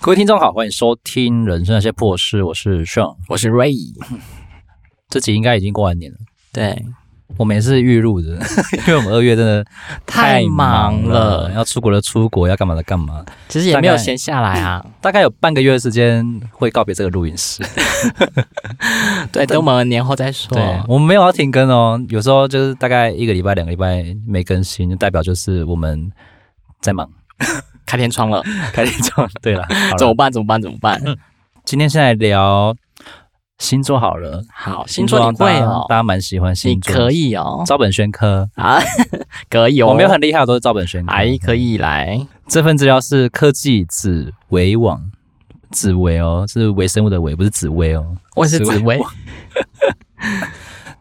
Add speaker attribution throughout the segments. Speaker 1: 各位听众好，欢迎收听《人生那些破事》，我是 Sean。
Speaker 2: 我是 Ray。
Speaker 1: 这集应该已经过完年了，
Speaker 2: 对，
Speaker 1: 我们也是预录的， 因为我们二月真的
Speaker 2: 太忙
Speaker 1: 了，
Speaker 2: 了，
Speaker 1: 要出国的出国，要干嘛的干嘛，
Speaker 2: 其实也没有闲下来啊。
Speaker 1: 大概有半个月的时间会告别这个录音 室。
Speaker 2: 对，等我们年后再说。
Speaker 1: 对，我们没有要停更哦，有时候就是大概一个礼拜、两个礼拜没更新，就代表就是我们在忙，
Speaker 2: 开天窗了，
Speaker 1: 开始装。对了，好了
Speaker 2: 怎么办？怎么办？怎么办？
Speaker 1: 今天先来聊星座好了，
Speaker 2: 好，星座你
Speaker 1: 大
Speaker 2: 会
Speaker 1: 家
Speaker 2: 哦
Speaker 1: 大，家蛮喜欢
Speaker 2: 你
Speaker 1: 星座，
Speaker 2: 可以哦，
Speaker 1: 照本宣科。
Speaker 2: 啊， 可以哦，
Speaker 1: 我没有很厉害，我都是照本宣科。
Speaker 2: 哎，可以来，
Speaker 1: 这份资料是科技紫微网，紫微哦，是微生物的微，不是紫微哦。
Speaker 2: 我是紫薇，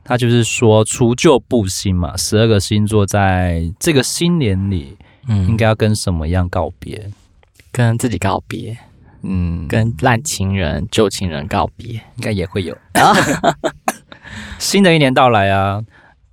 Speaker 1: 它就是说除旧布新嘛，十二个星座在这个新年里应
Speaker 2: 嗯，
Speaker 1: 该要跟什么样告别？
Speaker 2: 跟自己告别，
Speaker 1: 嗯，
Speaker 2: 跟烂情人、旧情人告别。
Speaker 1: 应该也会 有。新的一年到来啊，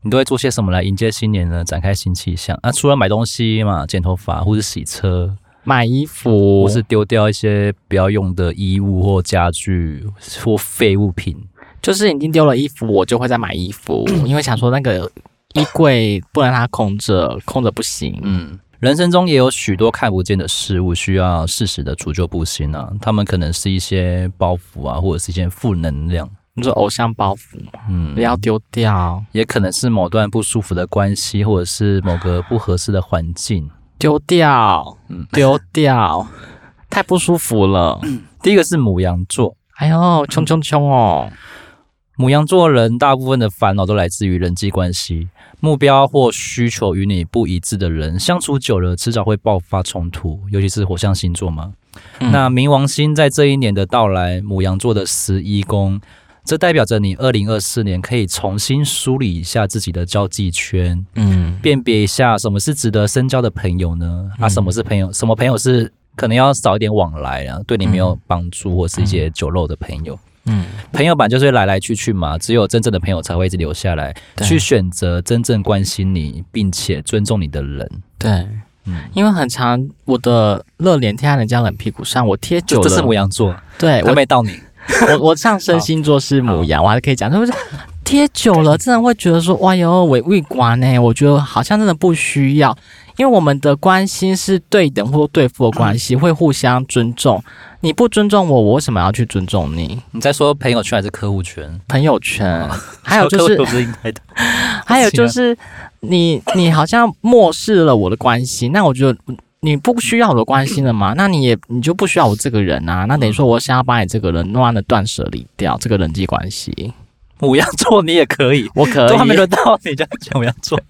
Speaker 1: 你都会做些什么来迎接新年呢？展开新气象啊！除了买东西嘛，剪头发或是洗车，
Speaker 2: 买衣服
Speaker 1: 或是丢掉一些不要用的衣物或家具或废物品，
Speaker 2: 就是已经丢了衣服，我就会再买衣服，因为想说那个衣柜不能让它空着，空着不行。
Speaker 1: 嗯，人生中也有许多看不见的事物，需要适时的除旧布新啊。他们可能是一些包袱啊，或者是一些负能量，
Speaker 2: 你说偶像包袱
Speaker 1: 嗯
Speaker 2: 不，要丢掉，
Speaker 1: 也可能是某段不舒服的关系，或者是某个不合适的环境。
Speaker 2: 丢掉
Speaker 1: 嗯，
Speaker 2: 丢掉， 太不舒服了。
Speaker 1: 第一个是母羊座，
Speaker 2: 哎呦，冲冲冲哦！
Speaker 1: 母羊座人大部分的烦恼都来自于人际关系，目标或需求与你不一致的人相处久了，迟早会爆发冲突，尤其是火象星座嘛。
Speaker 2: 嗯
Speaker 1: 那冥王星在这一年的到来，母羊座的十一宫，这代表着你二零二四年可以重新梳理一下自己的交际圈，
Speaker 2: 嗯，
Speaker 1: 辨别一下什么是值得深交的朋友呢？啊，
Speaker 2: 嗯
Speaker 1: 什么是朋友？什么朋友是可能要少一点往来啊，对你没有帮助或是一些酒肉的朋友。
Speaker 2: 嗯，
Speaker 1: 朋友版就是来来去去嘛，只有真正的朋友才会一直留下来，
Speaker 2: 对
Speaker 1: 去选择真正关心你并且尊重你的人。
Speaker 2: 对，
Speaker 1: 嗯，
Speaker 2: 因为很长，我的热脸贴在人家冷屁股上，我贴久
Speaker 1: 就
Speaker 2: 了。
Speaker 1: 这是哎母羊座，
Speaker 2: 对
Speaker 1: 还
Speaker 2: 我
Speaker 1: 没到你。
Speaker 2: 我我上升星座是母羊，我还可以讲，是不是？贴久了，真的会觉得说，哇哟，委委管呢？我觉得好像真的不需要，因为我们的关心是对等或对付的关系，
Speaker 1: 嗯
Speaker 2: 会互相尊重。你不尊重我，我为什么要去尊重你？
Speaker 1: 你在说朋友圈还是客户圈？
Speaker 2: 朋友圈，还 有就
Speaker 1: 客户
Speaker 2: 是，
Speaker 1: 啊不是应该的。
Speaker 2: 还有就是，你你好像漠视了我的关心，那我觉得。你不需要我的关心了 嘛？那你也你就不需要我这个人啊？
Speaker 1: 嗯
Speaker 2: 那等于说我想要把你这个人慢慢的断舍离掉，这个人际关系，
Speaker 1: 母羊座你也可以，
Speaker 2: 我可以。
Speaker 1: 都还没轮到你就讲母羊座。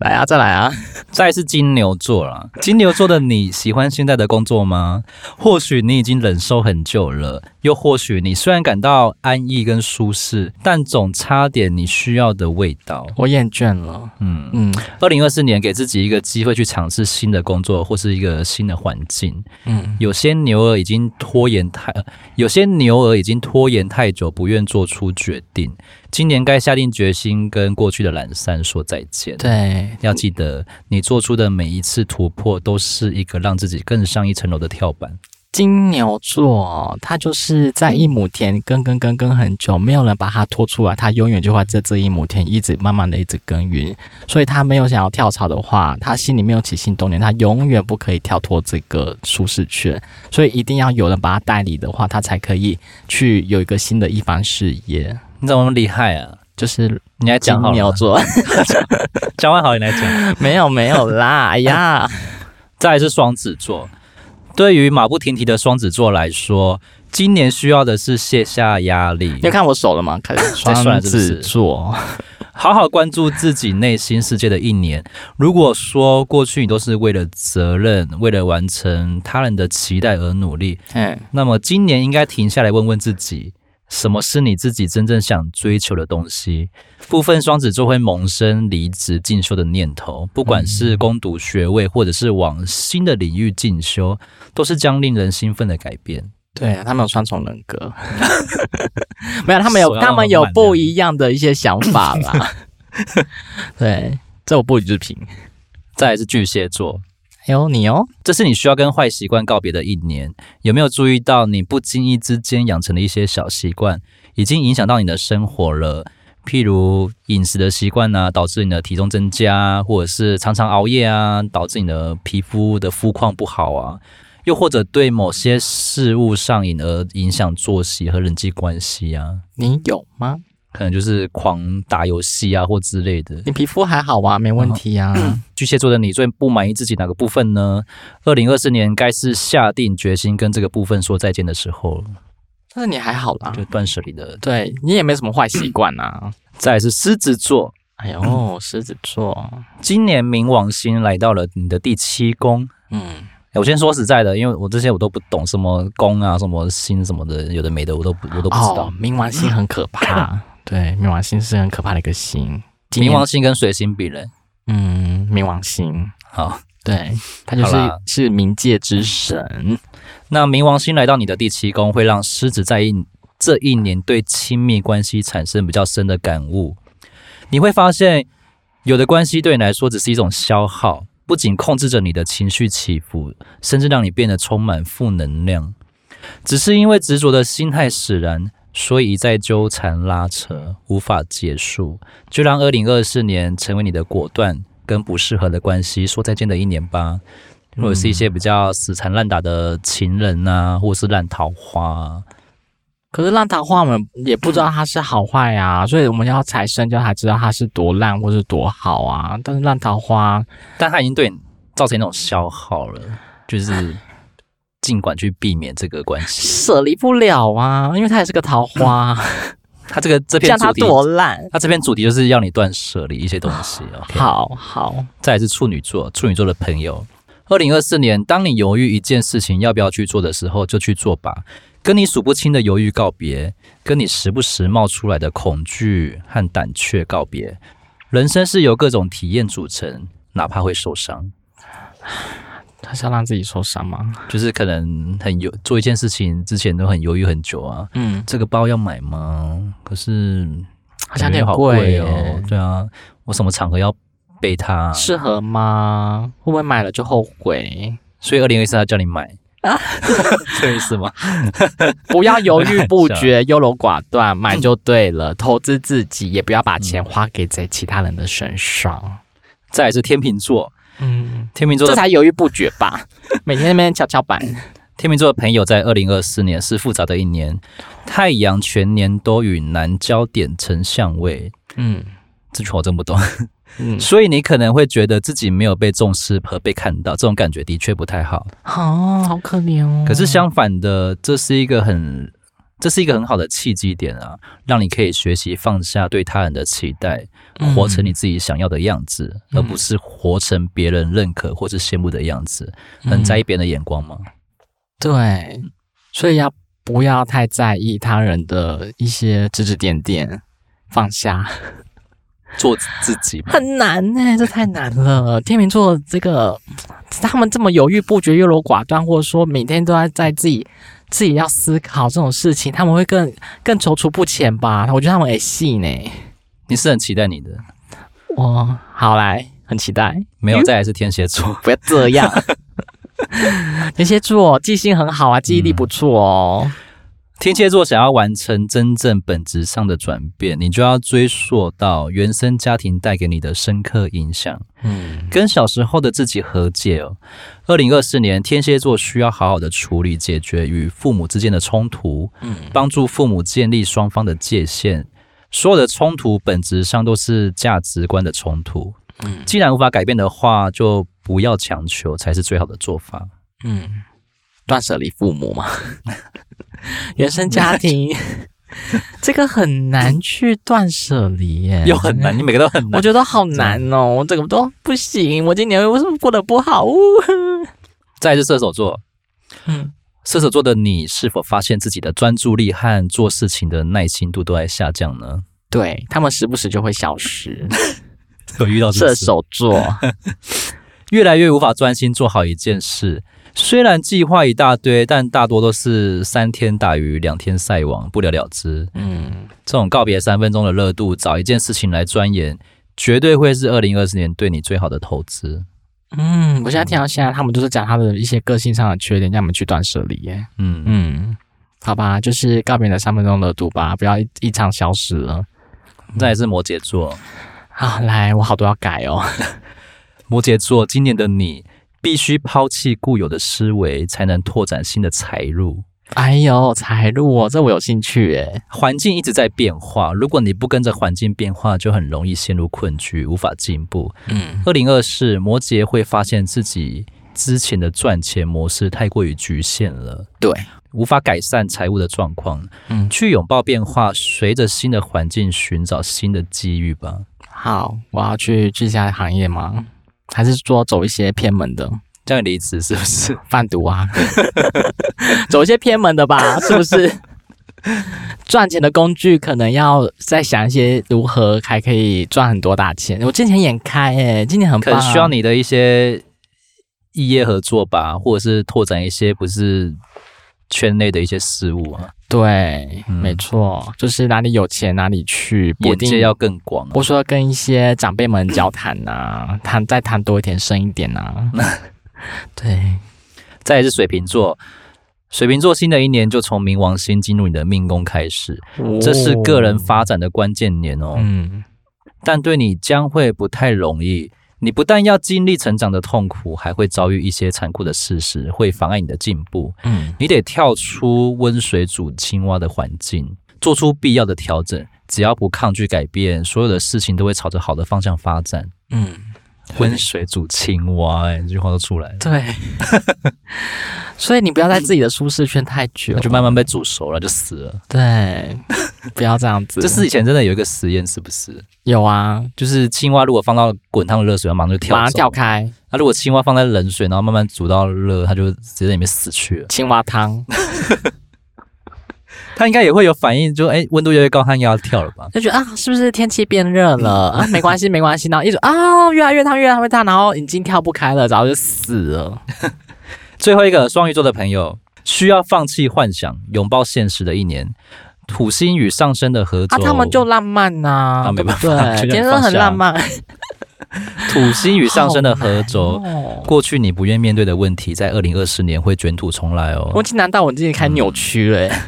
Speaker 2: 来啊，再来啊！
Speaker 1: 再来是金牛座啦， 金牛座的你喜欢现在的工作吗？或许你已经忍受很久了，又或许你虽然感到安逸跟舒适，但总差点你需要的味道。
Speaker 2: 我厌倦了。
Speaker 1: 嗯。
Speaker 2: 嗯
Speaker 1: 二零二四年给自己一个机会去尝试新的工作或是一个新的环境。
Speaker 2: 嗯，
Speaker 1: 有些牛儿已经拖延太，呃有些牛儿已经拖延太久，不愿做出决定。今年该下定决心跟过去的懒散说再见。
Speaker 2: 对，
Speaker 1: 要记得，你做出的每一次突破，都是一个让自己更上一层楼的跳板。
Speaker 2: 金牛座，他就是在一亩田耕耕耕耕很久，没有人把它拖出来，他永远就会在这一亩田一直慢慢的一直耕耘。所以他没有想要跳槽的话，他心里没有起心动念，他永远不可以跳脱这个舒适圈。所以一定要有人把他带领的话，他才可以去有一个新的一番事业。
Speaker 1: 你怎么那么厉害啊？
Speaker 2: 就是
Speaker 1: 你来
Speaker 2: 金
Speaker 1: 讲好
Speaker 2: 牛
Speaker 1: 了，
Speaker 2: 座，
Speaker 1: 讲完好你来讲。
Speaker 2: 没有没有啦，哎呀，
Speaker 1: 再来是双子座，对于马不停蹄的双子座来说，今年需要的是卸下压力
Speaker 2: 你，有看我手了吗？开始
Speaker 1: 在算
Speaker 2: 双
Speaker 1: 了是不是
Speaker 2: 子座。
Speaker 1: 好好关注自己内心世界的一年。如果说过去你都是为了责任、为了完成他人的期待而努力，
Speaker 2: 嗯，
Speaker 1: 那么今年应该停下来问问自己，什么是你自己真正想追求的东西？部分双子座会萌生离职进修的念头，不管是攻读学位，或者是往新的领域进修，都是将令人兴奋的改变。
Speaker 2: 对啊，他们有双重人格， 没有，他们
Speaker 1: 嗯手
Speaker 2: 有
Speaker 1: 要
Speaker 2: 他们
Speaker 1: 慢
Speaker 2: 有
Speaker 1: 慢
Speaker 2: 不一样的一些想法 啦。对，这我不予置评。
Speaker 1: 再来是巨蟹座，
Speaker 2: 哎呦你哦，
Speaker 1: 这是你需要跟坏习惯告别的一年。有没有注意到你不经意之间养成的一些小习惯，已经影响到你的生活了？譬如饮食的习惯呢、导致你的体重增加，或者是常常熬夜啊，导致你的皮肤的肤况不好啊，又或者对某些事物上瘾而影响作息和人际关系啊，
Speaker 2: 你有吗？
Speaker 1: 可能就是狂打游戏啊或之类的。
Speaker 2: 你皮肤还好啊，没问题啊。
Speaker 1: 巨蟹座的你最不满意自己哪个部分呢？二零二四年该是下定决心跟这个部分说再见的时候了，
Speaker 2: 但是你还好啦
Speaker 1: 就，断舍离的。
Speaker 2: 对你也没什么坏习惯呐。
Speaker 1: 再来是狮子座，
Speaker 2: 哎呦，狮子座，
Speaker 1: 今年冥王星来到了你的第七宫。
Speaker 2: 嗯，
Speaker 1: 诶我先说实在的，因为我这些我都不懂，什么宫啊、什么星什么的，有的没的我都不我都不知道
Speaker 2: 哦。，冥王星很可 怕。对，冥王星是很可怕的一个星。今
Speaker 1: 冥
Speaker 2: 年
Speaker 1: 王星跟水星比嘞，啊
Speaker 2: 嗯，冥王星，
Speaker 1: 好，
Speaker 2: 对，他就是
Speaker 1: 好啦
Speaker 2: 是冥界之神。
Speaker 1: 那冥王星来到你的第七宫，会让狮子在一这一年对亲密关系产生比较深的感悟。你会发现，有的关系对你来说只是一种消耗，不仅控制着你的情绪起伏，甚至让你变得充满负能量。只是因为执着的心态使然，所以一再纠缠拉扯，无法结束，就让二零二四年成为你的果断跟不适合的关系说再见的一年吧。或者是一些比较死缠烂打的情人啊，或者是烂桃花、啊，
Speaker 2: 可是烂桃花，我们也不知道它是好坏啊，所以我们要才深究才知道它是多烂或是多好啊。但是烂桃花，
Speaker 1: 但他已经对你造成一种消耗了，就是尽管去避免这个关系。
Speaker 2: 舍离不了啊，因为它也是个桃花，
Speaker 1: 他这个这篇
Speaker 2: 像嗯它
Speaker 1: 主题，
Speaker 2: 多烂。
Speaker 1: 他这篇主题就是要你断舍离一些东西。OK，哦
Speaker 2: 好好，
Speaker 1: 再来是处女座，处女座的朋友，二零二四年，当你犹豫一件事情要不要去做的时候，就去做吧。跟你数不清的犹豫告别，跟你时不时冒出来的恐惧和胆怯告别。人生是由各种体验组成，哪怕会受伤，
Speaker 2: 他是要让自己受伤吗？
Speaker 1: 就是可能很犹做一件事情之前都很犹豫很久啊。
Speaker 2: 嗯，
Speaker 1: 这个包要买吗？可是
Speaker 2: 好像
Speaker 1: 感
Speaker 2: 有
Speaker 1: 觉
Speaker 2: 点
Speaker 1: 好
Speaker 2: 贵
Speaker 1: 贵
Speaker 2: 耶
Speaker 1: 哦。对啊，我什么场合要背它啊、
Speaker 2: 适合吗？会不会买了就后悔？
Speaker 1: 所以二零二四他叫你买啊， 这个意思吗？
Speaker 2: 不要犹豫不决、优柔寡断，买就对了。投资自己，也不要把钱花给在其他人的身上。
Speaker 1: 再来是天秤座，
Speaker 2: 嗯，
Speaker 1: 天秤座
Speaker 2: 这
Speaker 1: 的
Speaker 2: 才犹豫不决吧？ 每天那边跷跷板，
Speaker 1: 天秤座的朋友在二零二四年是复杂的一年，太阳全年都与南交点成相位，
Speaker 2: 嗯
Speaker 1: 这句话我真不懂，
Speaker 2: 嗯，
Speaker 1: 所以你可能会觉得自己没有被重视和被看到，这种感觉的确不太好。
Speaker 2: 好好可怜哦。
Speaker 1: 可是相反的，这是一个很。这是一个很好的契机点啊，让你可以学习放下对他人的期待，
Speaker 2: 嗯
Speaker 1: 活成你自己想要的样子，而不是活成别人认可或是羡慕的样子。
Speaker 2: 嗯
Speaker 1: 很在意别人的眼光吗？
Speaker 2: 对，所以要不要太在意他人的一些指指点点，放下
Speaker 1: 做自己吧。
Speaker 2: 很难呢、这太难了。天秤座这个，他们这么犹豫不决、优柔寡断，或者说每天都在在自己自己要思考这种事情，他们会更更踌躇不前吧？我觉得他们很细呢。
Speaker 1: 你是很期待你的，
Speaker 2: 我好来，很期待。
Speaker 1: 没有，再来是天蝎座。
Speaker 2: 不要这 样。天蝎座记性很好啊，记忆力不错哦。
Speaker 1: 天蝎座想要完成真正本质上的转变，你就要追溯到原生家庭带给你的深刻影响，
Speaker 2: 嗯，
Speaker 1: 跟小时候的自己和解哦。二零二四年，天蝎座需要好好的处理解决与父母之间的冲突，帮助父母建立双方的界限。所有的冲突本质上都是价值观的冲突，既然无法改变的话，就不要强求，才是最好的做法。
Speaker 2: 嗯，断舍离父母嘛， 原生家 庭，这个很难去断舍离耶，
Speaker 1: 又很难，你每个都很
Speaker 2: 我
Speaker 1: 难。
Speaker 2: 觉得好难哦，我整个都不行，我今年为什么过得不好？呜
Speaker 1: 再来是射手座，
Speaker 2: 嗯
Speaker 1: 射手座的你是否发现自己的专注力和做事情的耐心度都在下降呢？
Speaker 2: 对他们时不时就会消 失，
Speaker 1: 有遇到这种
Speaker 2: 射
Speaker 1: 事
Speaker 2: 手座，
Speaker 1: 越来越无法专心做好一件事，虽然计划一大堆，但大多都是三天打鱼两天晒网，不了了之。
Speaker 2: 嗯，
Speaker 1: 这种告别三分钟的热度，找一件事情来钻研，绝对会是二零二四年对你最好的投资。
Speaker 2: 嗯，我现在听到现在，他们都是讲他的一些个性上的缺点，让我们去断舍离耶。
Speaker 1: 嗯，
Speaker 2: 嗯，好吧，就是告别你的三分钟热度吧，不要一一场消失了。
Speaker 1: 再来是摩羯座，
Speaker 2: 好，来，我好多要改哦。
Speaker 1: 摩羯座今年的你必须抛弃固有的思维，才能拓展新的财路。
Speaker 2: 哎呦，财路哦，这我有兴趣耶。
Speaker 1: 环境一直在变化，如果你不跟着环境变化，就很容易陷入困局，无法进步。
Speaker 2: 嗯，
Speaker 1: 二零二四，摩羯会发现自己之前的赚钱模式太过于局限了。
Speaker 2: 对，
Speaker 1: 无法改善财务的状况，
Speaker 2: 嗯
Speaker 1: 去拥抱变化，随着新的环境寻找新的机遇吧。
Speaker 2: 好，我要去这家行业吗？还是说走一些偏门的
Speaker 1: 这样离职是不是？
Speaker 2: 贩毒啊？ 走一些偏门 的吧，是不是？赚钱的工具可能要再想一些如何还可以赚很多大钱。我今年眼开哎，今年很
Speaker 1: 可
Speaker 2: 棒、
Speaker 1: 能需要你的一些异业合作吧，或者是拓展一些不是圈内的一些事物啊，
Speaker 2: 对，
Speaker 1: 嗯
Speaker 2: 没错，就是哪里有钱哪里去，不一
Speaker 1: 眼界
Speaker 2: 定
Speaker 1: 要更广、啊
Speaker 2: 我。说跟一些长辈们交谈呐、谈再谈多一点，深一点呐、啊 对，
Speaker 1: 再来是水瓶座，水瓶座新的一年就从冥王星进入你的命宫开始，
Speaker 2: 哦
Speaker 1: 这是个人发展的关键年哦。
Speaker 2: 嗯，
Speaker 1: 但对你将会不太容易。你不但要经历成长的痛苦，还会遭遇一些残酷的事实，会妨碍你的进步。
Speaker 2: 嗯
Speaker 1: 你得跳出温水煮青蛙的环境，做出必要的调整。只要不抗拒改变，所有的事情都会朝着好的方向发展。
Speaker 2: 嗯，
Speaker 1: 温水煮青蛙、哎，这句话都出来了，
Speaker 2: 对， 所以你不要在自己的舒适圈太久
Speaker 1: 那，就慢慢被煮熟了，就死了。
Speaker 2: 对，不要这样子，
Speaker 1: 这是以前真的有一个实验，是不是？
Speaker 2: 有啊，
Speaker 1: 就是青蛙如果放到滚烫的热水，它马上就跳
Speaker 2: 马上
Speaker 1: 走
Speaker 2: 跳。开
Speaker 1: 那、如果青蛙放在冷水，然后慢慢煮到热，它就直接在里面死去了。
Speaker 2: 青蛙汤，
Speaker 1: 他应该也会有反应，就哎，温度越来越高，他应该要跳了吧？
Speaker 2: 就觉得啊，是不是天气变热了啊？没关系，没关系，然后一直啊，越来越烫，越来越烫，然后已经跳不开了，然后就死了，
Speaker 1: 最后一个双鱼座的朋友需要放弃幻想，拥抱现实的一年，土星与上升的合
Speaker 2: 啊，
Speaker 1: 轴，
Speaker 2: 他们就浪漫呐、
Speaker 1: 啊没
Speaker 2: 对不
Speaker 1: 办法
Speaker 2: 对，
Speaker 1: 就这样
Speaker 2: 天生
Speaker 1: 放
Speaker 2: 很
Speaker 1: 下
Speaker 2: 浪漫，
Speaker 1: 土星与上升的合轴，
Speaker 2: 哦
Speaker 1: 过去你不愿面对的问题，在二零二四年会卷土重来
Speaker 2: 我
Speaker 1: 哦
Speaker 2: 已。经难到我自己开扭曲了、欸，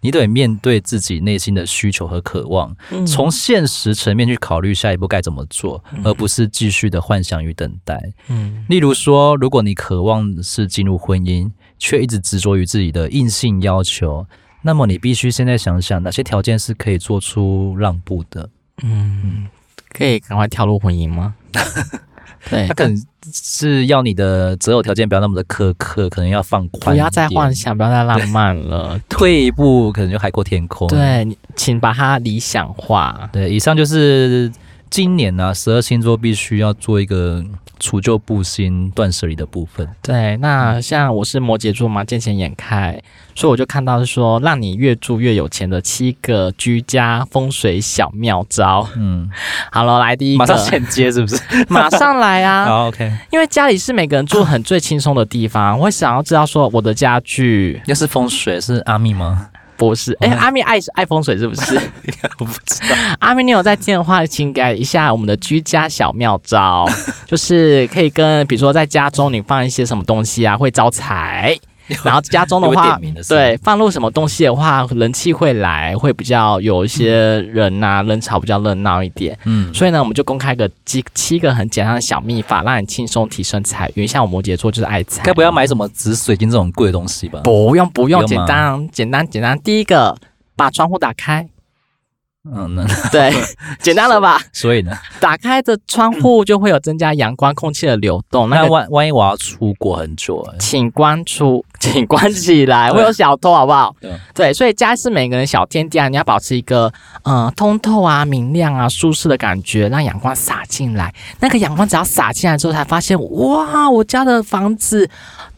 Speaker 1: 你得面对自己内心的需求和渴望，
Speaker 2: 嗯
Speaker 1: 从现实层面去考虑下一步该怎么做，而不是继续的幻想与等待。
Speaker 2: 嗯
Speaker 1: 例如说，如果你渴望是进入婚姻，却一直执着于自己的硬性要求，那么你必须现在想想哪些条件是可以做出让步的。
Speaker 2: 嗯，可以赶快跳入婚姻 吗？对
Speaker 1: 他，可能是要你的择偶条件不要那么的苛刻，可能要放宽
Speaker 2: 不
Speaker 1: 一点，
Speaker 2: 要再幻想，不要再浪漫了。
Speaker 1: 退一步，可能就海阔天空。
Speaker 2: 对，你请把它理想化。
Speaker 1: 对，以上就是今年呢、啊，十二星座必须要做一个除旧布新、断舍离的部分。
Speaker 2: 对，
Speaker 1: 嗯
Speaker 2: 那像我是摩羯座嘛，见钱眼开，所以我就看到说，让你越住越有钱的七个居家风水小妙招。
Speaker 1: 嗯，
Speaker 2: 好了，来第一个，
Speaker 1: 马上衔接是不是？
Speaker 2: 马上来 啊！
Speaker 1: 好，OK。
Speaker 2: 因为家里是每个人住很最轻松的地
Speaker 1: 啊
Speaker 2: 方，我会想要知道说我的家具
Speaker 1: 又是风水，是阿密吗？
Speaker 2: 不是，
Speaker 1: 啊
Speaker 2: 哎、阿咪爱爱风水是不是？
Speaker 1: 我不知道。
Speaker 2: 阿咪，你有在听的话，请改一下我们的居家小妙招， 就是可以跟比如说在家中你放一些什么东西啊，会招财。然后家中的
Speaker 1: 有
Speaker 2: 话
Speaker 1: 点名的，是吗
Speaker 2: 对，放入什么东西的话，人气会来，会比较有一些人呐、人潮比较热闹一点。
Speaker 1: 嗯，
Speaker 2: 所以呢，我们就公开个七七个很简单的小秘法，让你轻松提升财运。像我摩羯座就是爱财，
Speaker 1: 该不要买什么紫水晶这种贵的东西吧？
Speaker 2: 不用不用，
Speaker 1: 哦不用
Speaker 2: 简
Speaker 1: 吗
Speaker 2: 单简单简单。第一个，把窗户打 开，
Speaker 1: 嗯，那
Speaker 2: 对，简单了吧？
Speaker 1: 所以呢，
Speaker 2: 打开的窗户就会有增加阳光、空气的流动。那
Speaker 1: 那
Speaker 2: 个
Speaker 1: 万万一我要出国很久、欸，
Speaker 2: 请关 出，请关起来，会有小偷，好不好？
Speaker 1: 对
Speaker 2: 对，所以家是每个人小天地啊，你要保持一个呃通透啊、明亮啊、舒适的感觉，让阳光洒进来。那个阳光只要洒进来之后，才发现哇，我家的房子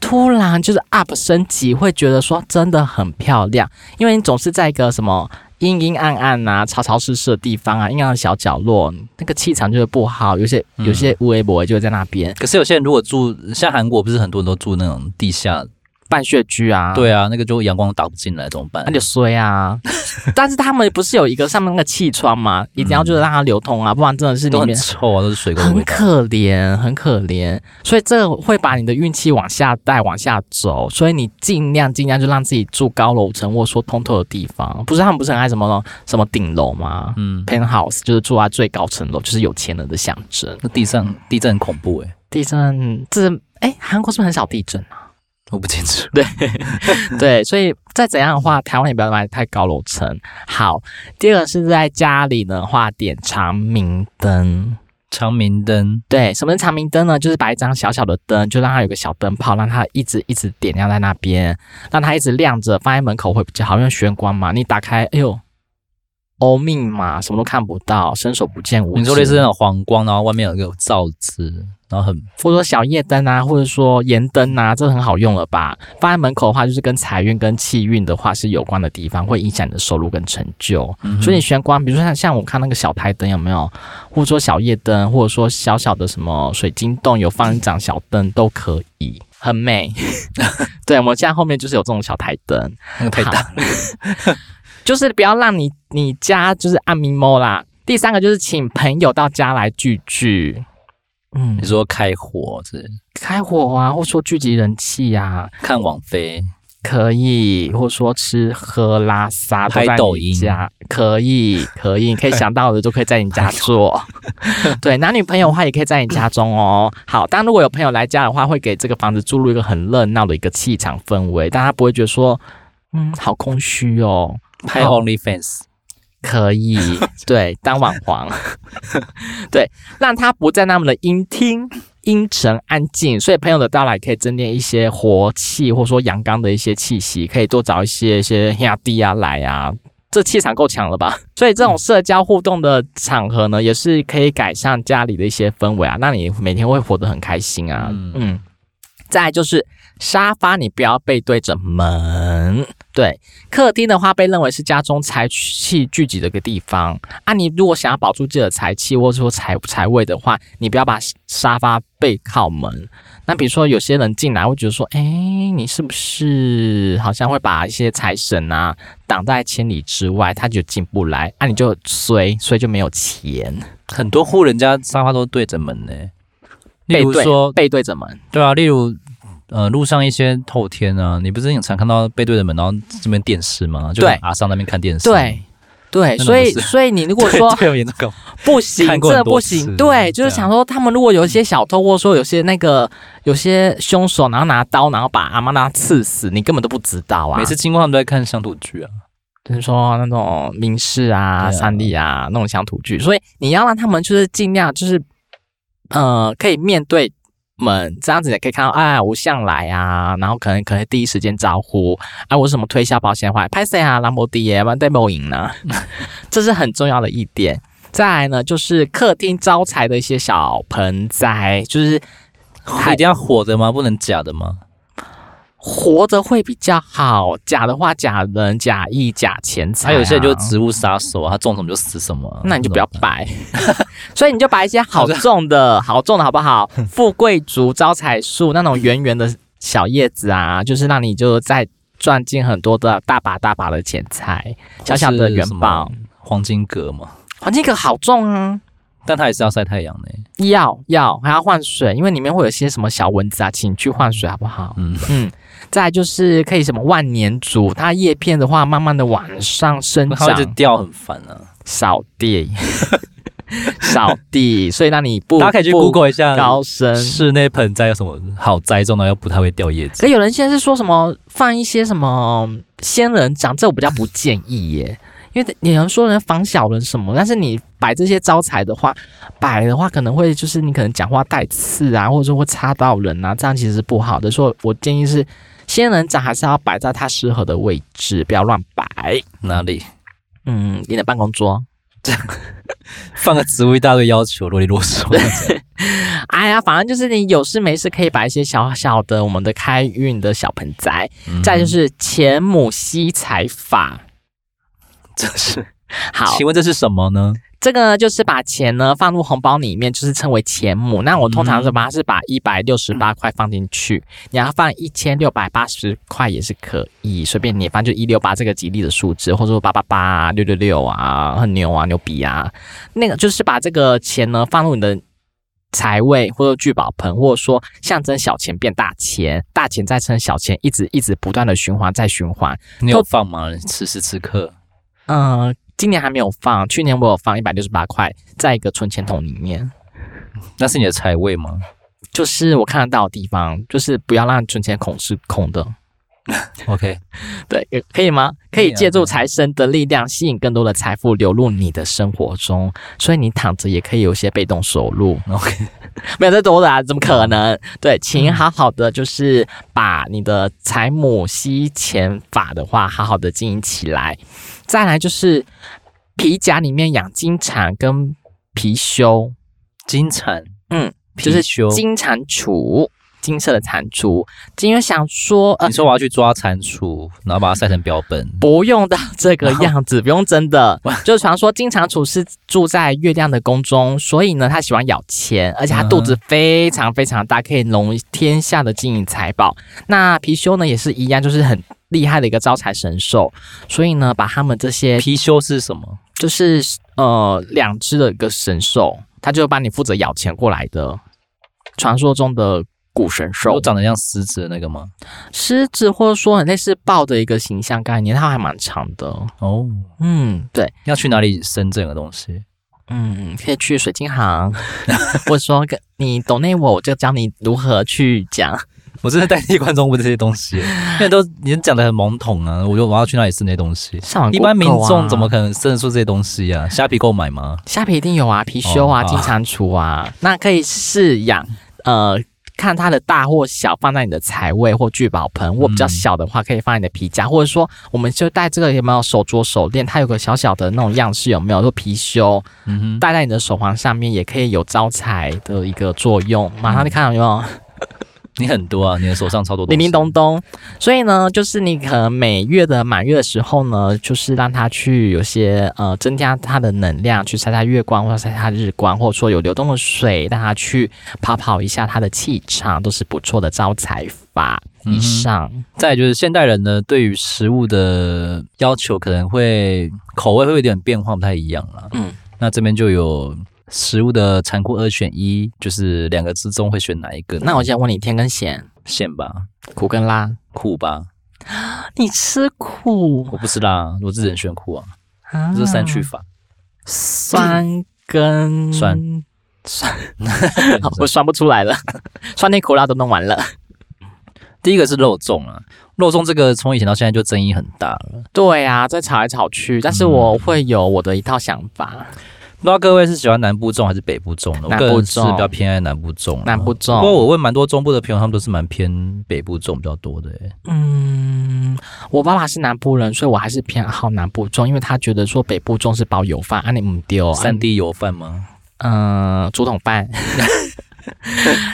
Speaker 2: 突然就是 up 升级，会觉得说真的很漂亮，因为你总是在一个什么。阴阴暗暗啊，潮潮湿湿的地方啊，阴暗的小角落，那个气场就会不好。有些有
Speaker 1: 嗯
Speaker 2: 些乌龟博就会在那边，
Speaker 1: 可是有些人如果住，像韩国不是很多人都住那种地下
Speaker 2: 半穴居啊，，
Speaker 1: 对啊，那个就阳光打不进来，怎么办
Speaker 2: 那？就衰 啊。但是他们不是有一个上面那个气窗嘛，一定要就是让它流通啊，不然真的是里
Speaker 1: 都很
Speaker 2: 面
Speaker 1: 臭啊，都是水沟的味道。
Speaker 2: 很可怜，很可怜，所以这会把你的运气往下带，往下走。所以你尽量尽量就让自己住高楼层或者说通透的地方。不是他们不是很爱什么什么顶楼吗？
Speaker 1: 嗯，
Speaker 2: penthouse 就是住在最高层楼，就是有钱人的象征。
Speaker 1: 那地上地震很恐怖哎、
Speaker 2: 地震，这哎，韩国是不是很少地震啊？
Speaker 1: 我不清楚。嗯
Speaker 2: 对，所以再怎样的话，台湾也不要买太高楼层。好，第二个是在家里的话点长明灯。
Speaker 1: 长明灯，
Speaker 2: 对，什么是长明灯呢？就是把一张小小的灯，就让它有个小灯泡，让它一直一直点亮在那边，让它一直亮着，放在门口会比较好，因为玄关嘛，你打开，哎呦，欧命嘛，什么都看不到，伸手不见五指。
Speaker 1: 你说类似那种黄光，然后外面有一个罩子，然后很
Speaker 2: 或者说小夜灯啊，或者说盐灯啊，这很好用了吧？放在门口的话，就是跟财运跟气运的话是有关的地方，会影响你的收入跟成就。所以你玄关，比如说像像我看那个小台灯有没有，或者说小夜灯，或者说小小的什么水晶洞有放一盏小灯都可以，很美。对，我们家后面就是有这种小台灯，
Speaker 1: 那个太大，
Speaker 2: 好就是不要让你你家就是暗迷蒙啦。第三个就是请朋友到家来聚聚。嗯
Speaker 1: 你，说开火这
Speaker 2: 开火啊，或说聚集人气啊，
Speaker 1: 看网飞，
Speaker 2: 可以，或说吃喝拉撒都
Speaker 1: 拍
Speaker 2: 在
Speaker 1: 抖
Speaker 2: 你
Speaker 1: 音
Speaker 2: 家，可以，可以，你可以想到的都可以在你家 做。对，男女朋友的话也可以在你家中哦。好，但如果有朋友来家的话，会给这个房子注入一个很热闹的一个气场氛围，但他不会觉得说，嗯，好空虚哦。
Speaker 1: 拍
Speaker 2: 好
Speaker 1: OnlyFans，
Speaker 2: 可以，对，当网黄， 对，让他不在那么的阴听、阴沉、安静，所以朋友的到来可以增添一些活气，或者说阳刚的一些气息，可以多找一些一些亚弟啊来啊。这气场够强了吧？所以这种社交互动的场合呢，也是可以改善家里的一些氛围啊，那你每天会活得很开心啊。
Speaker 1: 嗯
Speaker 2: 嗯，再来就是沙发，你不要背对着门，对，客厅的话被认为是家中财气聚集的一个地方啊。你如果想要保住自己的财气，或者说财财位的话，你不要把沙发背靠门。那比如说，有些人进来会觉得说，哎，你是不是好像会把一些财神啊挡在千里之外，他就进不来，啊，你就衰，所以就没有钱。
Speaker 1: 很多户人家沙发都对着门呢、例
Speaker 2: 背
Speaker 1: 如
Speaker 2: 哎对
Speaker 1: 说，
Speaker 2: 背对着门，
Speaker 1: 对啊，例如呃路上一些透天啊，你不是很常看到背对着门，然后这边电视吗？就
Speaker 2: 对
Speaker 1: 阿上那边看电视，
Speaker 2: 对。对，
Speaker 1: 那种
Speaker 2: 所以
Speaker 1: 不是
Speaker 2: 所以你如果
Speaker 1: 对，
Speaker 2: 说
Speaker 1: 对，有严重感。
Speaker 2: 不行，
Speaker 1: 看过
Speaker 2: 这
Speaker 1: 很
Speaker 2: 不
Speaker 1: 多
Speaker 2: 行。
Speaker 1: 次
Speaker 2: 对，就是
Speaker 1: 对啊
Speaker 2: 想说，他们如果有一些小偷，或者说有些那个有些凶手，然后拿刀，然后把阿妈那刺死，你根本都不知道啊。
Speaker 1: 每次经过他们都在看乡土剧啊，
Speaker 2: 就是说那种民事啊、
Speaker 1: 对啊
Speaker 2: 三立啊那种乡土剧，所以你要让他们就是尽量就是，呃，可以面对门，这样子也可以看到，哎，我向来啊，然后可能可能第一时间招呼，啊，我是什么推销保险的话，拍谁啊，兰博迪耶，万代某影呢， 这是很重要的一点。再来呢，就是客厅招财的一些小盆栽，就是嗨
Speaker 1: 一定要火的吗？不能假的吗？
Speaker 2: 活着会比较好，假的话假人、假意、假钱财、啊。
Speaker 1: 还有些人就是植物杀手啊，他种什么就死什么啊、
Speaker 2: 那你就不要摆， 所以你就摆一些好种的、好种的好不好？富贵竹、招财树那种圆圆的小叶子啊，就是让你就在赚进很多的大把大把的钱财，小小的元宝
Speaker 1: 或。是什么黄金葛嘛，
Speaker 2: 黄金葛好重啊，
Speaker 1: 但它也是要晒太阳的、
Speaker 2: 要要还要换水，因为里面会有些什么小蚊子啊，请去换水好不好？
Speaker 1: 嗯
Speaker 2: 嗯。再来就是可以什么万年竹，它叶片的话慢慢的往上生
Speaker 1: 那它会
Speaker 2: 长
Speaker 1: 一直，掉很烦啊。
Speaker 2: 扫地， 扫地，所以让你不
Speaker 1: 大家可以去
Speaker 2: 不
Speaker 1: Google 一下
Speaker 2: 高升。
Speaker 1: 室内盆栽有什么好栽种的，又不太会掉叶子
Speaker 2: 可。有人现在是说什么放一些什么仙人掌，这我比较不建议耶，因为你能说人防小人什么，但是你摆这些招财的话，摆的话可能会就是你可能讲话带刺啊，或者说会插到人啊，这样其实是不好的。所以我建议是仙人掌还是要摆在它适合的位置，不要乱摆。
Speaker 1: 哪里
Speaker 2: 嗯，你的办公桌。
Speaker 1: 放个植物一大堆要求，啰里啰 嗦。
Speaker 2: 哎呀，反正就是你有事没事可以摆一些小小的我们的开运的小盆栽，
Speaker 1: 嗯
Speaker 2: 再就是钱母吸财法，
Speaker 1: 这是
Speaker 2: 好，
Speaker 1: 请问这是什么呢？
Speaker 2: 这个就是把钱呢放入红包里面，就是称为钱母。那我通常是把它是把一百六十八块放进去，你要放一千六百八十块也是可以，随便你，反正就一六八这个吉利的数字，或者说八八八、六六六啊，很牛啊，牛逼啊。那个就是把这个钱呢放入你的财位或者聚宝盆，或者说象征小钱变大钱，大钱再称小钱，一直一直不断的循环再循环。
Speaker 1: 你有放吗？此时此刻，
Speaker 2: 嗯，今年还没有放，去年我有放一百六十八块在一个存钱筒里面，
Speaker 1: 那是你的财位吗？
Speaker 2: 就是我看得到的地方，就是不要让存钱孔是空的。
Speaker 1: OK，
Speaker 2: 对，呃可以吗？可
Speaker 1: 可以啊
Speaker 2: 以借助财神的力量，吸引更多的财富流入你的生活中，所以你躺着也可以有一些被动收入。
Speaker 1: OK
Speaker 2: 没有再多的啊，怎么可能？
Speaker 1: 嗯
Speaker 2: 对，请好好的就是把你的财母吸钱法的话，好好的经营起来。再来就是皮夹里面养金蝉跟貔貅，
Speaker 1: 金蝉，
Speaker 2: 嗯，
Speaker 1: 貔
Speaker 2: 就是
Speaker 1: 貅。
Speaker 2: 金蟾蜍，金色的蟾蜍。因为想说，呃
Speaker 1: 你，说我要去抓蟾蜍，然后把它晒成标本。
Speaker 2: 不用到这个样子，不用真的。就是传说金蟾蜍是住在月亮的宫中，所以呢，它喜欢咬钱，而且它肚子非常非常大，可以容天下的金银财宝。那貔貅呢，也是一样，就是很厉害的一个招财神兽，所以呢，把它们这些
Speaker 1: 貔貅是什么？
Speaker 2: 就是呃两只的一个神兽，它就帮你负责咬钱过来的，传说中的古神兽
Speaker 1: 都。长得像狮子的那个吗？
Speaker 2: 狮子或者说很类似豹的一个形象概念，它还蛮长的。
Speaker 1: 哦，
Speaker 2: 嗯，对。
Speaker 1: 要去哪里深圳的东西？
Speaker 2: 嗯，可以去水晶 行，或者说跟你懂内我，我就教你如何去讲。
Speaker 1: 我真的代替观众问这些东西，因为都你讲的很笼统啊。我就我要去哪里深那些东西？
Speaker 2: 上网
Speaker 1: 一般民
Speaker 2: Google 啊
Speaker 1: 众怎么可能深得出这些东西啊？虾皮购买吗？
Speaker 2: 虾皮一定有啊，貔貅啊，
Speaker 1: 哦
Speaker 2: 金蟾蜍啊，那可以饲养，呃，看它的大或小，放在你的财位或聚宝盆，或比较
Speaker 1: 嗯
Speaker 2: 小的话，可以放在你的皮夹，或者说我们就戴这个有没有手镯手链，它有个小小的那种样式，有没有？就貔貅
Speaker 1: 嗯哼，
Speaker 2: 戴在你的手环上面，也可以有招财的一个作用。马上就看到有没有？
Speaker 1: 你很多啊，你的手上超多东西
Speaker 2: 叮叮咚咚。所以呢，就是你可能每月的满月的时候呢，就是让它去有些呃增加它的能量，去晒晒月光或者晒晒日光，或者说有流动的水，让它去跑跑一下它的气场，都是不错的招财法。
Speaker 1: 嗯哼
Speaker 2: 以上，
Speaker 1: 再来就是现代人呢，对于食物的要求可能会口味会有点变化，不太一样啦。
Speaker 2: 嗯，
Speaker 1: 那这边就有食物的残酷二选一，就是两个之中会选哪一个呢？
Speaker 2: 那我现在问你，甜跟咸，
Speaker 1: 咸吧，
Speaker 2: 苦跟辣，
Speaker 1: 苦吧，
Speaker 2: 你吃苦
Speaker 1: 我不知啦，我只能选苦啊，
Speaker 2: 啊
Speaker 1: 这是三去法。
Speaker 2: 酸跟
Speaker 1: 酸
Speaker 2: 酸， 我酸不出来 了，酸甜苦辣都弄完了。
Speaker 1: 第一个是肉粽啊，肉粽这个从以前到现在就争议很大了，
Speaker 2: 对啊，在吵来吵去，但是我会有我的一套想法。
Speaker 1: 不知道各位是喜欢南部粽还是北部粽呢？我
Speaker 2: 南部粽
Speaker 1: 个人是比较偏爱南部粽啊，
Speaker 2: 南部粽
Speaker 1: 不过我问蛮多中部的朋友，他们都是蛮偏北部粽比较多的、欸。
Speaker 2: 嗯，我爸爸是南部人，所以我还是偏好南部粽，因为他觉得说北部粽是包油饭，啊你唔丢，
Speaker 1: 三 D 油饭吗？
Speaker 2: 嗯、呃、竹筒饭。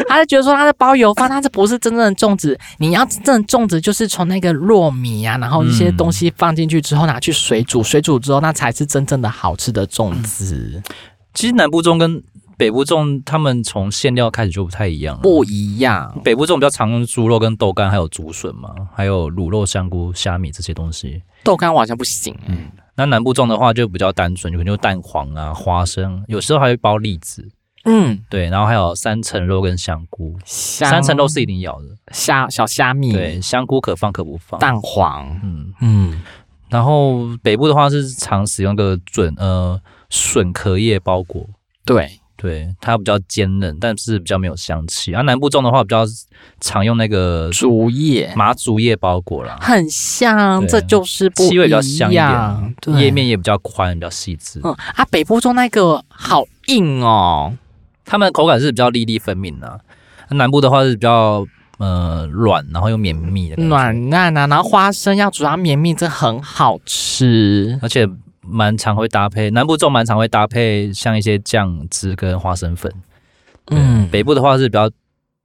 Speaker 2: 他就觉得说他是包油饭，他这不是真正的粽子。你要真正的粽子，就是从那个糯米啊，然后一些
Speaker 1: 嗯
Speaker 2: 东西放进去之后，拿去水煮，水煮之后，那才是真正的好吃的粽子，
Speaker 1: 其实南部粽跟北部粽，他们从馅料开始就不太一样了。
Speaker 2: 不一样。
Speaker 1: 北部粽比较常用猪肉跟豆干，还有竹笋嘛，还有卤肉、香菇、虾米这些东西。
Speaker 2: 豆干我好像不行、欸，
Speaker 1: 那南部粽的话就比较单纯，可能就蛋黄啊、花生，有时候还会包栗子，
Speaker 2: 嗯，
Speaker 1: 对，然后还有三层肉跟香菇，
Speaker 2: 三
Speaker 1: 三层肉是一定要的，
Speaker 2: 虾小虾米，
Speaker 1: 对，香菇可放可不放，
Speaker 2: 蛋黄，
Speaker 1: 嗯，
Speaker 2: 嗯，
Speaker 1: 然后北部的话是常使用个准呃笋壳叶包裹，
Speaker 2: 对，
Speaker 1: 对，它比较坚韧，但是比较没有香气。而、南部粽的话比较常用那个
Speaker 2: 竹叶
Speaker 1: 麻竹叶包裹啦，
Speaker 2: 很像，
Speaker 1: 对
Speaker 2: 这就是不
Speaker 1: 气味比较香
Speaker 2: 一
Speaker 1: 一
Speaker 2: 样
Speaker 1: 点，，
Speaker 2: 对
Speaker 1: 页。面也比较宽，比较细致。
Speaker 2: 嗯啊，北部粽那个好硬哦，
Speaker 1: 它们的口感是比较粒粒分明的、啊，南部的话是比较呃软，然后又绵密的感觉，
Speaker 2: 软烂啊，然后花生要煮到绵密，这很好吃。
Speaker 1: 而且蛮常会搭配。南部粽蛮常会搭配像一些酱汁跟花生粉，
Speaker 2: 嗯
Speaker 1: 嗯，，北部的话是比较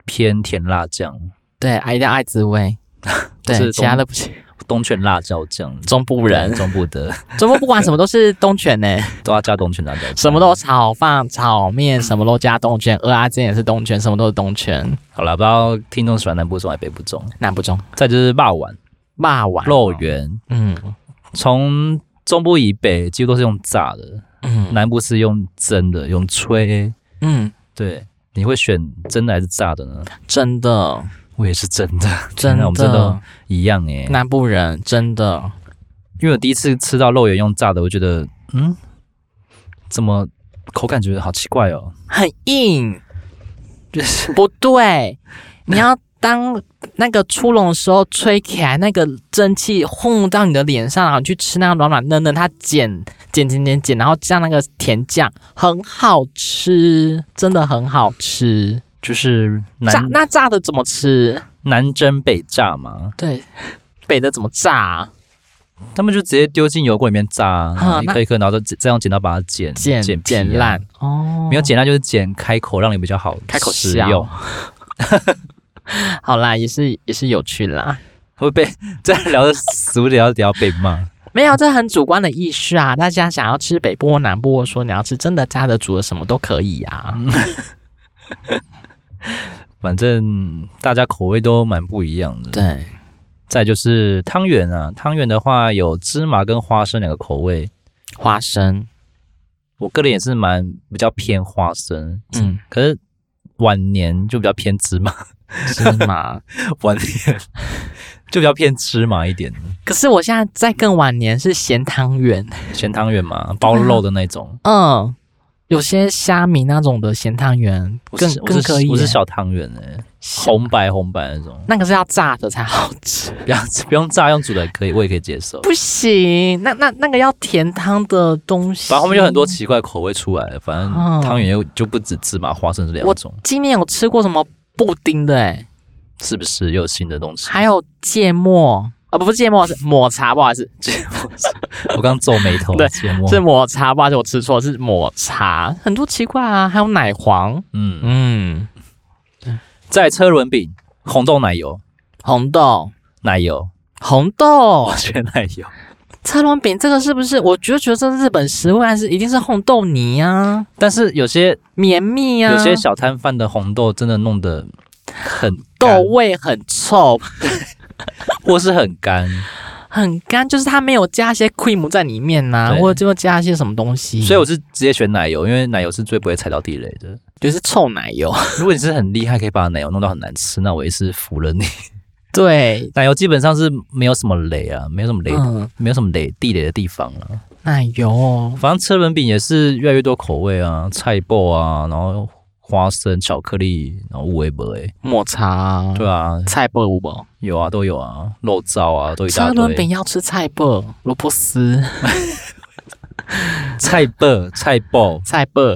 Speaker 1: 偏甜辣酱。
Speaker 2: 对，啊一定要爱滋味，
Speaker 1: 是
Speaker 2: 对，
Speaker 1: 中
Speaker 2: 其他的不行。
Speaker 1: 东泉辣椒酱，
Speaker 2: 中部人，
Speaker 1: 中部的
Speaker 2: 中部不管什么都是东泉呢、
Speaker 1: 都要加东泉辣椒酱，
Speaker 2: 什么都炒饭、炒面，什么都加东泉。二阿煎也是东泉，什么都是东泉。
Speaker 1: 好了，不知道听众喜欢南部粽还是北部粽。
Speaker 2: 南部中
Speaker 1: 再就是霸碗、
Speaker 2: 骂碗
Speaker 1: 肉，圆，
Speaker 2: 嗯
Speaker 1: 从中部以北几乎都是用炸的，
Speaker 2: 嗯
Speaker 1: 南部是用蒸的，用吹。
Speaker 2: 嗯，
Speaker 1: 对，你会选蒸的还是炸的呢？
Speaker 2: 真的
Speaker 1: 我也是蒸的，天
Speaker 2: 真
Speaker 1: 哪我们真的
Speaker 2: 的
Speaker 1: 一样诶、
Speaker 2: 南部人真的
Speaker 1: 因为我第一次吃到肉圆用炸的，我觉得嗯，怎么口感觉得好奇怪哦，
Speaker 2: 很硬，
Speaker 1: 就是
Speaker 2: 不对，你要当。那个出笼的时候吹起来，那个蒸汽轰到你的脸上，然后你去吃那个软软嫩嫩，它剪剪剪剪剪，然后加那个甜酱，很好吃，真的很好吃。
Speaker 1: 就是
Speaker 2: 炸
Speaker 1: 南
Speaker 2: 那炸的怎么吃？
Speaker 1: 南蒸北炸嘛，
Speaker 2: 对，北的怎么炸啊？
Speaker 1: 他们就直接丢进油锅里面炸啊，
Speaker 2: 啊
Speaker 1: 然后一
Speaker 2: 那
Speaker 1: 颗一颗，然后再再用剪刀把它剪
Speaker 2: 剪
Speaker 1: 剪皮啊
Speaker 2: 剪烂，哦，
Speaker 1: 没有剪烂就是剪开口，让你比较好
Speaker 2: 开口
Speaker 1: 食
Speaker 2: 笑
Speaker 1: 用。
Speaker 2: 好啦，也是也是有趣啦。
Speaker 1: 会被这样聊的俗聊聊被骂。
Speaker 2: 没有，这很主观的意识啊！大家想要吃北部或南部，或说你要吃真的炸的、煮的，什么都可以啊。
Speaker 1: 反正大家口味都蛮不一样的。
Speaker 2: 对，
Speaker 1: 再就是汤圆啊，汤圆的话有芝麻跟花生两个口味，
Speaker 2: 花生，
Speaker 1: 我个人也是蛮比较偏花生，
Speaker 2: 嗯，
Speaker 1: 可是晚年就比较偏芝麻，
Speaker 2: 芝麻。
Speaker 1: 晚年就比较偏芝麻一点，
Speaker 2: 可是我现在在更晚年是咸汤圆，
Speaker 1: 咸汤圆嘛，包肉的那种。
Speaker 2: 嗯，有些虾米那种的咸汤圆
Speaker 1: 啊我
Speaker 2: 更
Speaker 1: 是我
Speaker 2: 更
Speaker 1: 是
Speaker 2: 可以耶、
Speaker 1: 我是小汤圆哎，欸红白红白那种，
Speaker 2: 那个是要炸的才好吃。
Speaker 1: 不要 不用炸，用煮的也可以，我也可以接受。
Speaker 2: 不行，那那那个要甜汤的东西。
Speaker 1: 反正后面就很多奇怪的口味出来了，反正
Speaker 2: 哦
Speaker 1: 汤圆又就不止芝麻花生这两种，
Speaker 2: 今年有吃过什么布丁的、欸？
Speaker 1: 是不是又有新的东西？
Speaker 2: 还有芥末啊，不不是芥末，是抹茶，不好意思，
Speaker 1: 我刚皱眉头，
Speaker 2: 对
Speaker 1: 芥末
Speaker 2: 是抹茶，不好意思，我吃错，是抹茶，很多奇怪啊，还有奶黄，
Speaker 1: 嗯，
Speaker 2: 嗯，
Speaker 1: 在车轮饼、红豆奶油、
Speaker 2: 红豆。
Speaker 1: 奶油，
Speaker 2: 红豆
Speaker 1: 我选奶油。
Speaker 2: 车轮饼，这个是不是？我觉得觉得这是日本食物，但是一定是红豆泥啊，
Speaker 1: 但是有些
Speaker 2: 绵密啊，
Speaker 1: 有些小摊贩的红豆真的弄得很干
Speaker 2: 豆，味很臭，
Speaker 1: 或是很干，
Speaker 2: 很干，就是它没有加一些 cream 在里面呐、
Speaker 1: 对
Speaker 2: 或者就加一些什么东西，
Speaker 1: 所以我是直接选奶油，因为奶油是最不会踩到地雷的。
Speaker 2: 就是臭奶油。
Speaker 1: 如果你是很厉害，可以把奶油弄到很难吃，那我也是服了你。
Speaker 2: 对，
Speaker 1: 奶油基本上是没有什么雷啊，没有什么雷，
Speaker 2: 嗯，
Speaker 1: 没有什么雷地雷的地方啊了、
Speaker 2: 奶油
Speaker 1: 反正车轮饼也是越来越多口味啊，菜爆啊，然后花生、巧克力，然后五味博哎，
Speaker 2: 抹茶，
Speaker 1: 对啊，
Speaker 2: 菜脯有无？
Speaker 1: 有啊，都有啊，肉燥啊，都一大
Speaker 2: 车轮
Speaker 1: 堆。
Speaker 2: 饼要吃菜脯、萝卜丝、
Speaker 1: 菜爆，菜爆，
Speaker 2: 菜 脯，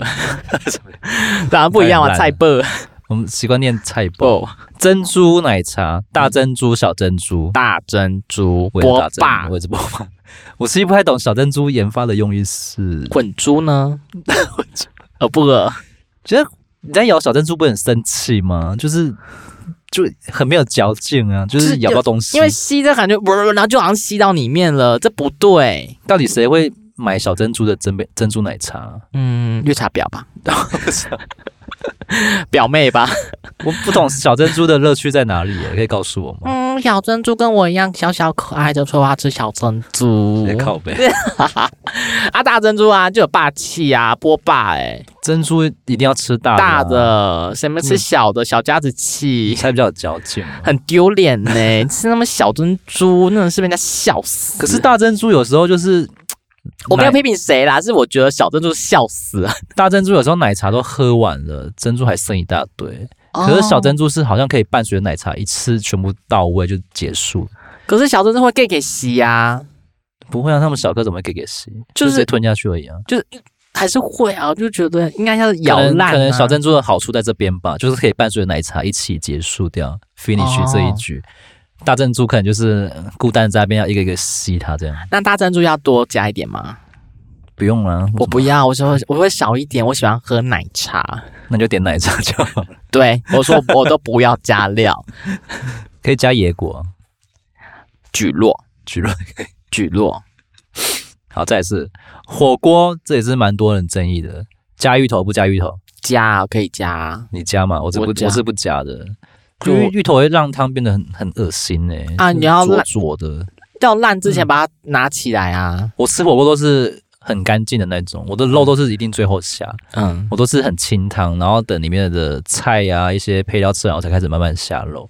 Speaker 2: 当然不一样嘛，
Speaker 1: 太
Speaker 2: 菜
Speaker 1: 烂
Speaker 2: 脯
Speaker 1: 我们习惯念菜爆。
Speaker 2: 不
Speaker 1: 珍珠奶茶，大珍珠、小珍珠，
Speaker 2: 大珍珠、
Speaker 1: 我也是大珍
Speaker 2: 波霸
Speaker 1: 珠，我也是波霸。 我其实不太懂小珍珠研发的用意是，
Speaker 2: 混 珠呢？
Speaker 1: 哦
Speaker 2: 饿不饿？
Speaker 1: 觉得你在咬小珍珠不会很生气吗？就是就很没有嚼劲啊，就
Speaker 2: 就是是
Speaker 1: 咬不到
Speaker 2: 有
Speaker 1: 东西。
Speaker 2: 因为吸这感觉，然后就好像吸到里面了，这不对。
Speaker 1: 到底谁会买小珍珠的珍贝珍珠奶茶？
Speaker 2: 嗯，绿茶婊吧， 表妹吧。
Speaker 1: 我不懂小珍珠的乐趣在哪里耶，可以告诉我 吗？
Speaker 2: 嗯，小珍珠跟我一样小小可爱的，说我要吃小珍珠。
Speaker 1: 别靠背，
Speaker 2: 啊，大珍珠啊，就有霸气啊，波霸哎、
Speaker 1: 珍珠一定要吃大
Speaker 2: 大
Speaker 1: 的啊，嗯
Speaker 2: 的，谁没吃小的？小家子气，
Speaker 1: 才比较有嚼劲嘛。
Speaker 2: 很丢脸呢。吃那么小珍珠，那种是被人家笑死。
Speaker 1: 可是大珍珠有时候就是，
Speaker 2: 我没有
Speaker 1: 奶
Speaker 2: 批评谁啦，是我觉得小珍珠笑死了。
Speaker 1: 大珍珠有时候奶茶都喝完了，珍珠还剩一大堆。可是小
Speaker 2: 哦，
Speaker 1: 珍珠是好像可以伴随着奶茶一次全部到位就结束，
Speaker 2: 可是小珍珠会 gay 给啊洗呀，
Speaker 1: 不会让他们小哥怎么会给给吸，
Speaker 2: 就是
Speaker 1: 直接吞下去而已啊。
Speaker 2: 还是会啊，我就觉得应该要咬
Speaker 1: 可能
Speaker 2: 烂啊。
Speaker 1: 可能小珍珠的好处在这边吧，就是可以伴随着奶茶一起结束掉
Speaker 2: 哦
Speaker 1: finish 这一局。大珍珠可能就是呃孤单在那边要一个一个吸它，这样
Speaker 2: 那大珍珠要多加一点吗？
Speaker 1: 不用了，
Speaker 2: 我不要，我说我会少一点，我喜欢喝奶茶。
Speaker 1: 那你就点奶茶就好了，
Speaker 2: 对，我 说我都不要加料，
Speaker 1: 可以加野果，
Speaker 2: 菊络
Speaker 1: 举论。
Speaker 2: 举落，
Speaker 1: 好，再来是火锅，这也是蛮多人争议的，加芋头不加芋头？
Speaker 2: 加可以加
Speaker 1: 你加嘛？我是不
Speaker 2: 我加
Speaker 1: 我是不加的，
Speaker 2: 就
Speaker 1: 因为芋头会让汤变得很很恶心哎、
Speaker 2: 啊你要
Speaker 1: 做
Speaker 2: 辣
Speaker 1: 做的，
Speaker 2: 要烂之前把它拿起来啊。
Speaker 1: 我吃火锅都是很干净的那种，我的肉都是一定最后下，
Speaker 2: 嗯，
Speaker 1: 我都是很清汤，然后等里面的菜呀、一些配料吃完，我才开始慢慢下肉。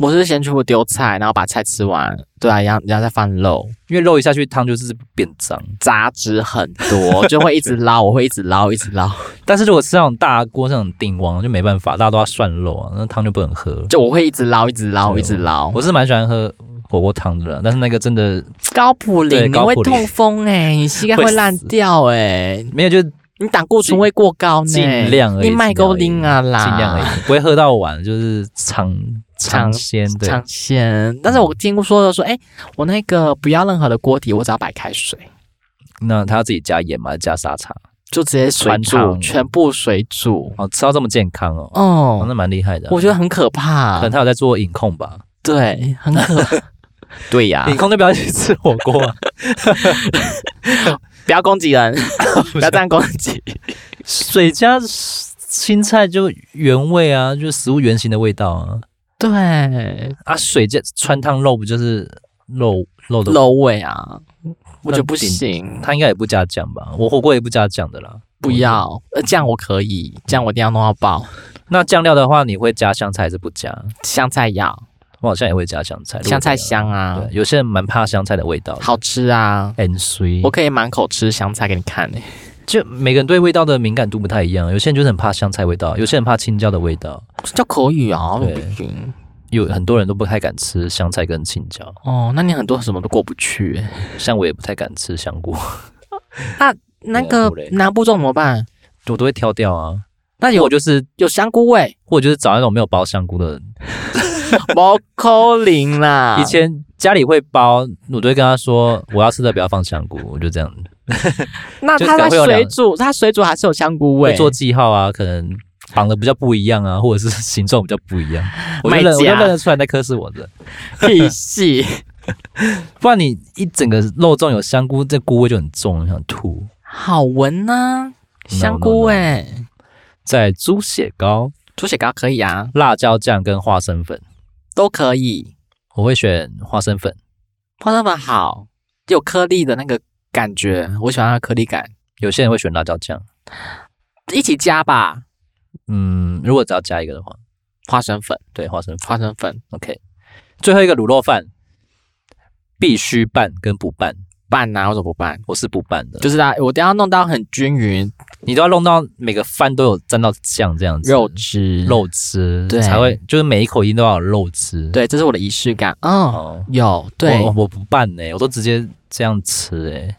Speaker 2: 我是先全部丢菜，然后把菜吃完，对啊，然后然后再放肉，
Speaker 1: 因为肉一下去，汤就是变脏。
Speaker 2: 杂质很多，就会一直捞，我会一直捞，一直捞，
Speaker 1: 但是如果吃那种大锅、那种鼎王，就没办法，大家都要涮肉啊，那汤就不能喝了。
Speaker 2: 就我会一直捞，一直捞，一直捞。
Speaker 1: 我是哦蛮喜欢喝火锅汤的啦，但是那个真的
Speaker 2: 高普
Speaker 1: 对
Speaker 2: 林，你
Speaker 1: 高普
Speaker 2: 会
Speaker 1: 林
Speaker 2: 痛风哎、你膝盖
Speaker 1: 会
Speaker 2: 会烂
Speaker 1: 死
Speaker 2: 掉哎、
Speaker 1: 没有，就
Speaker 2: 你胆固醇会过高 呢，
Speaker 1: 尽量而已
Speaker 2: 你麦勾丁啊啦，
Speaker 1: 尽量而已，不会喝到晚，就是尝尝
Speaker 2: 尝
Speaker 1: 鲜对。
Speaker 2: 尝鲜。但是我听说的说，哎、我那个不要任何的锅底，我只要白开水，
Speaker 1: 那他要自己加盐嘛，加沙茶，
Speaker 2: 就直接水
Speaker 1: 传
Speaker 2: 煮，
Speaker 1: 统
Speaker 2: 全部水煮。
Speaker 1: 哦，吃到这么健康哦，哦
Speaker 2: 哦，
Speaker 1: 那蛮厉害的啊、
Speaker 2: 我觉得很可
Speaker 1: 可
Speaker 2: 怕
Speaker 1: 能，他有在做饮控吧，
Speaker 2: 对，很可怕。 对呀、
Speaker 1: 饮控就不要去吃火锅、啊，
Speaker 2: 不要攻击 人，不要这样攻击。
Speaker 1: 水加青菜就原味啊，就是食物原型的味道啊。
Speaker 2: 对，
Speaker 1: 啊，水加穿烫肉不就是肉肉的？
Speaker 2: 肉味啊，我觉得不
Speaker 1: 顶
Speaker 2: 行，
Speaker 1: 他应该也不加酱吧？我火锅也不加酱的啦。
Speaker 2: 不要。呃，酱我可以，酱我一定要弄到爆，
Speaker 1: 那酱料的话，你会加香菜还是不加？
Speaker 2: 香菜要，
Speaker 1: 我好像也会加香菜，
Speaker 2: 香菜香
Speaker 1: 如果
Speaker 2: 啊
Speaker 1: 这样。，对，有些人蛮怕香菜的味道的。
Speaker 2: 好吃啊。
Speaker 1: 很随，
Speaker 2: 我可以满口吃香菜给你看欸诶、
Speaker 1: 就每个人对味道的敏感度不太一样，啊有些人就是很怕香菜味道，有些人怕青椒的味道，
Speaker 2: 叫口语啊，我
Speaker 1: 对
Speaker 2: 不行。
Speaker 1: 有很多人都不太敢吃香菜跟青椒，
Speaker 2: 哦，那你很多什么都过不去、欸。
Speaker 1: 像我也不太敢吃香菇，
Speaker 2: 那
Speaker 1: 对啊
Speaker 2: 个
Speaker 1: 不嘞
Speaker 2: 南部粽怎么办？
Speaker 1: 我都会挑掉啊。
Speaker 2: 那
Speaker 1: 我
Speaker 2: 有
Speaker 1: 就是
Speaker 2: 有香菇味，
Speaker 1: 或者就是找那种没有包香菇的人，
Speaker 2: 毛扣零啦。
Speaker 1: 以前家里会包，我都会跟他说我要吃的不要放香菇，我就这样
Speaker 2: 那
Speaker 1: 就可
Speaker 2: 它
Speaker 1: 能
Speaker 2: 在
Speaker 1: 会有
Speaker 2: 水
Speaker 1: 两
Speaker 2: 煮，它水煮还是有香菇味
Speaker 1: 会。 做记号啊，可能绑的比较不一样啊， 或者是形状比较不一样，我就认
Speaker 2: 卖
Speaker 1: 我就
Speaker 2: 家
Speaker 1: 认得出来那颗是我的，
Speaker 2: 屁戏，
Speaker 1: 不然你一整个肉粽有香菇，这菇味就很重，很想吐。
Speaker 2: 好闻呐、
Speaker 1: No,
Speaker 2: 香菇味。
Speaker 1: 在猪血糕、
Speaker 2: 猪血糕可以啊，
Speaker 1: 辣椒酱跟花生粉，
Speaker 2: 都可以。
Speaker 1: 我会选花生粉，
Speaker 2: 花生粉好，有颗粒的那个感觉，我喜欢它的颗粒感。
Speaker 1: 有些人会选辣椒酱。
Speaker 2: 一起加吧，
Speaker 1: 嗯，如果只要加一个的话，
Speaker 2: 花生粉，
Speaker 1: 对花生粉。
Speaker 2: 花生粉
Speaker 1: OK，最后一个卤肉饭必须拌跟不拌，
Speaker 2: 拌啊，为什么不拌？
Speaker 1: 我是不拌的，
Speaker 2: 就是它，我都要弄到很均匀，
Speaker 1: 你都要弄到每个饭都有沾到酱这样子，
Speaker 2: 肉汁，，
Speaker 1: 肉汁
Speaker 2: 对
Speaker 1: 才会，就是每一口一定都要有肉汁。
Speaker 2: 对，这是我的仪式感。嗯，
Speaker 1: 哦，
Speaker 2: 有，对
Speaker 1: 我，我不拌呢、我都直接这样吃哎、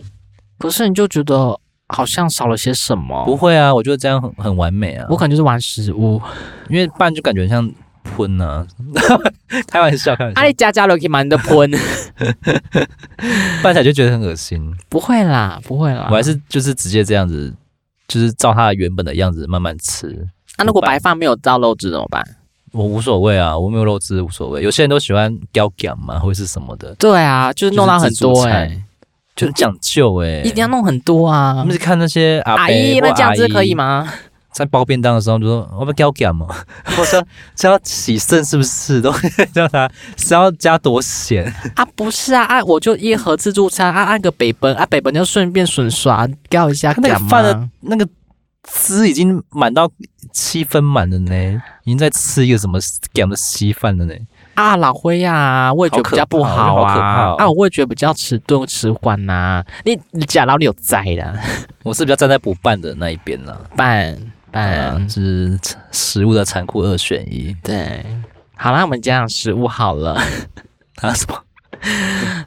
Speaker 2: 可是你就觉得好像少了些什么。
Speaker 1: 不会啊，我觉得这样很很完美啊。
Speaker 2: 我可能就是玩食 物，
Speaker 1: 因为拌就感觉像喷啊， 开玩笑，开玩笑
Speaker 2: 啊，，你加加了可以满的喷，
Speaker 1: 拌起来就觉得很恶心。
Speaker 2: 不会啦，不会啦。
Speaker 1: 我还是就是直接这样子，就是照它原本的样子慢慢吃，
Speaker 2: 那、如果白饭没有到肉质怎么办？
Speaker 1: 我无所谓啊，我没有肉汁无所谓。有些人都喜欢雕酱嘛，或是什么的，
Speaker 2: 对啊，就是弄到很多
Speaker 1: 就是
Speaker 2: 哎、
Speaker 1: 自助餐就很讲究哎、
Speaker 2: 一定要弄很多
Speaker 1: 我
Speaker 2: 啊
Speaker 1: 们。是看那些阿伯
Speaker 2: 阿姨，
Speaker 1: 或
Speaker 2: 那这样
Speaker 1: 阿
Speaker 2: 子可以
Speaker 1: 姨
Speaker 2: 吗？
Speaker 1: 在包便当的时候就说：“我不雕酱嘛，哦 我说这要洗肾是不是？都 叫他是要加多咸？
Speaker 2: 啊，不是啊，啊，我就一盒自助餐，啊，按个北奔，啊，北奔就顺便顺刷掉一下
Speaker 1: 他那
Speaker 2: 干
Speaker 1: 个
Speaker 2: 嘛
Speaker 1: 饭？的那个汁已经满到七分满了呢，已经在吃一个什么干的稀饭了呢。
Speaker 2: 啊，老灰呀、啊，味觉比较不
Speaker 1: 好
Speaker 2: 好
Speaker 1: 可怕好可怕
Speaker 2: 啊
Speaker 1: 哦，
Speaker 2: 啊，我味觉比较迟钝迟缓呐。啊你你假老你有在 的，
Speaker 1: 我是比较站在不拌的那一边啦，
Speaker 2: 拌
Speaker 1: 啊
Speaker 2: 拌，
Speaker 1: 就是食物的残酷二选一
Speaker 2: 对。好啦，我们讲食物好了。
Speaker 1: 啊什么？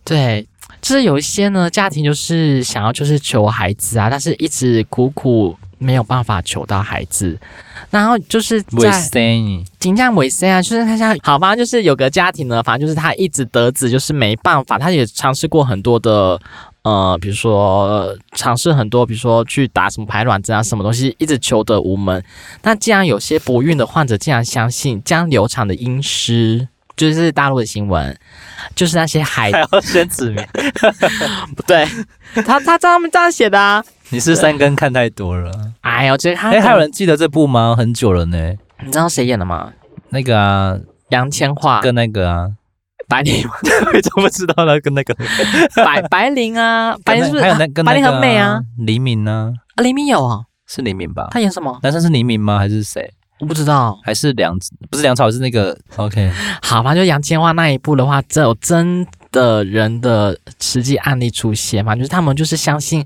Speaker 2: 对，就是有一些呢，家庭就是想要就是求孩子啊，但是一直苦苦没有办法求到孩子，然后就是
Speaker 1: 卫
Speaker 2: 在
Speaker 1: 生
Speaker 2: 评价尾声啊，就是他像好吧，就是有个家庭呢，反正就是他一直得子，就是没办法，他也尝试过很多的。呃，比如说尝试很多，比如说去打什么排卵针啊，什么东西，一直求得无门。那既然有些不孕的患者竟然相信将流产的阴师，就是大陆的新闻，就是那些海
Speaker 1: 还要先指明，
Speaker 2: 对，他他这样这样写的啊。
Speaker 1: 你是三更看太多了。
Speaker 2: 哎呦，这他
Speaker 1: 哎、还有人记得这部吗？很久了呢。
Speaker 2: 你知道谁演的吗？
Speaker 1: 那个啊，
Speaker 2: 杨千嬅、
Speaker 1: 跟那个 啊，
Speaker 2: 白啊灵、
Speaker 1: 你怎么知道呢？跟那个，
Speaker 2: 白白灵啊，白灵是不是？
Speaker 1: 还有那
Speaker 2: 啊
Speaker 1: 跟那
Speaker 2: 白灵
Speaker 1: 个啊
Speaker 2: 很美啊，，
Speaker 1: 黎明呢？
Speaker 2: 啊黎明有啊，
Speaker 1: 是黎明吧？
Speaker 2: 他演什么？
Speaker 1: 男生是黎明吗？还是谁？
Speaker 2: 我不知道。
Speaker 1: 还是梁？不是梁朝伟，是那个 OK。
Speaker 2: 好吧，就杨千嬅那一部的话，这有真的人的实际案例出现嘛？就是他们就是相信，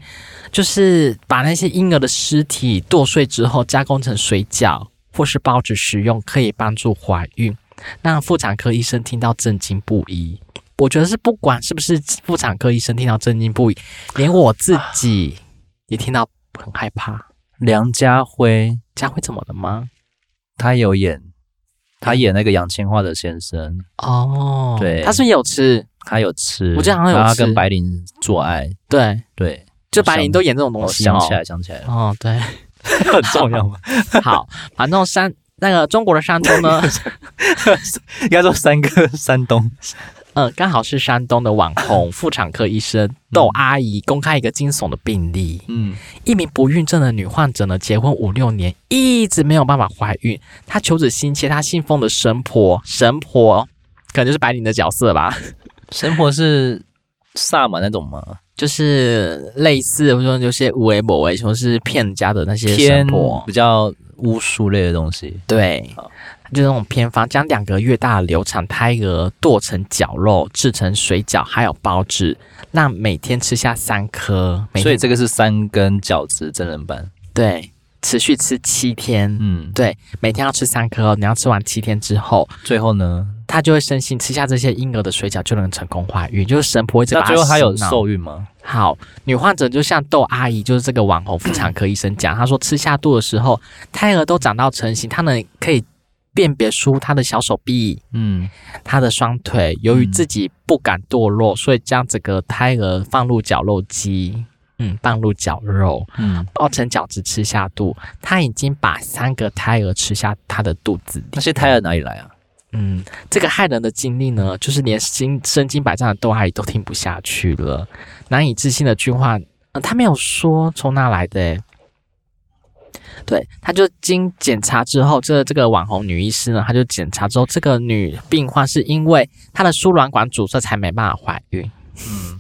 Speaker 2: 就是把那些婴儿的尸体剁碎之后，加工成水饺或是包子食用，可以帮助怀孕，让妇产科医生听到震惊不已。我觉得是不管是不是妇产科医生听到震惊不已，连我自己也听到很害怕。
Speaker 1: 梁家辉
Speaker 2: 佳慧怎么了吗？
Speaker 1: 他有演，他演那个杨千嬅的先生，
Speaker 2: 哦，
Speaker 1: 对
Speaker 2: 她是不是也有吃？
Speaker 1: 他有吃，
Speaker 2: 我记得好像有
Speaker 1: 然后他
Speaker 2: 吃
Speaker 1: 跟白灵做爱，
Speaker 2: 对，
Speaker 1: 对，
Speaker 2: 就白灵都演这种
Speaker 1: 我
Speaker 2: 东西哦。
Speaker 1: 想起来，想起来了，
Speaker 2: 哦，对，
Speaker 1: 很重要吗？
Speaker 2: 好，反正山那个中国的山东呢，
Speaker 1: 应该说三个山东，
Speaker 2: 呃，刚好是山东的网红妇产科医生窦阿姨公开一个惊悚的病例：
Speaker 1: 嗯，
Speaker 2: 一名不孕症的女患者呢，结婚五六年一直没有办法怀孕，她求子心切，她信奉的神婆，神婆可能就是白灵的角色吧，
Speaker 1: 神婆是萨满那种吗？
Speaker 2: 就是类似我说有些无为某为，就是骗人家的那些
Speaker 1: 偏
Speaker 2: 神婆，
Speaker 1: 比较巫术类的东西，
Speaker 2: 对
Speaker 1: 好，
Speaker 2: 就那种偏方，将两个月大的流产胎儿剁成绞肉，制成水饺，还有包子，让每天吃下三颗，每
Speaker 1: 所以
Speaker 2: 天
Speaker 1: 这个是三根饺子真人版，
Speaker 2: 对，持续吃七天。
Speaker 1: 嗯，
Speaker 2: 对，每天要吃三颗哦。你要吃完七天之后，
Speaker 1: 最后呢？
Speaker 2: 他就会深信吃下这些婴儿的水饺就能成功怀孕，就是神婆一直把
Speaker 1: 那最后
Speaker 2: 她
Speaker 1: 他有
Speaker 2: 洗脑
Speaker 1: 受孕吗？
Speaker 2: 哦好，女患者就像窦阿姨，就是这个网红妇产科医生讲，她说吃下肚的时候，胎儿都长到成型，她能可以辨别出她的小手臂、
Speaker 1: 嗯，
Speaker 2: 她的双腿。由于
Speaker 1: 嗯
Speaker 2: 自己不敢堕落，所以将整个胎儿放入绞肉机，嗯，放入绞肉，
Speaker 1: 嗯，
Speaker 2: 包成饺子吃下肚。她已经把三个胎儿吃下她的肚子里
Speaker 1: 那。些胎儿哪里来啊？
Speaker 2: 嗯，这个害人的经历呢，就是连身身经百战的窦阿姨都听不下去了，难以置信的句话，呃，他没有说从哪来的、欸，对，他就经检查之后，这这个网红女医师呢，她就检查之后，这个女病患是因为她的输卵管阻塞才没办法怀孕，
Speaker 1: 嗯，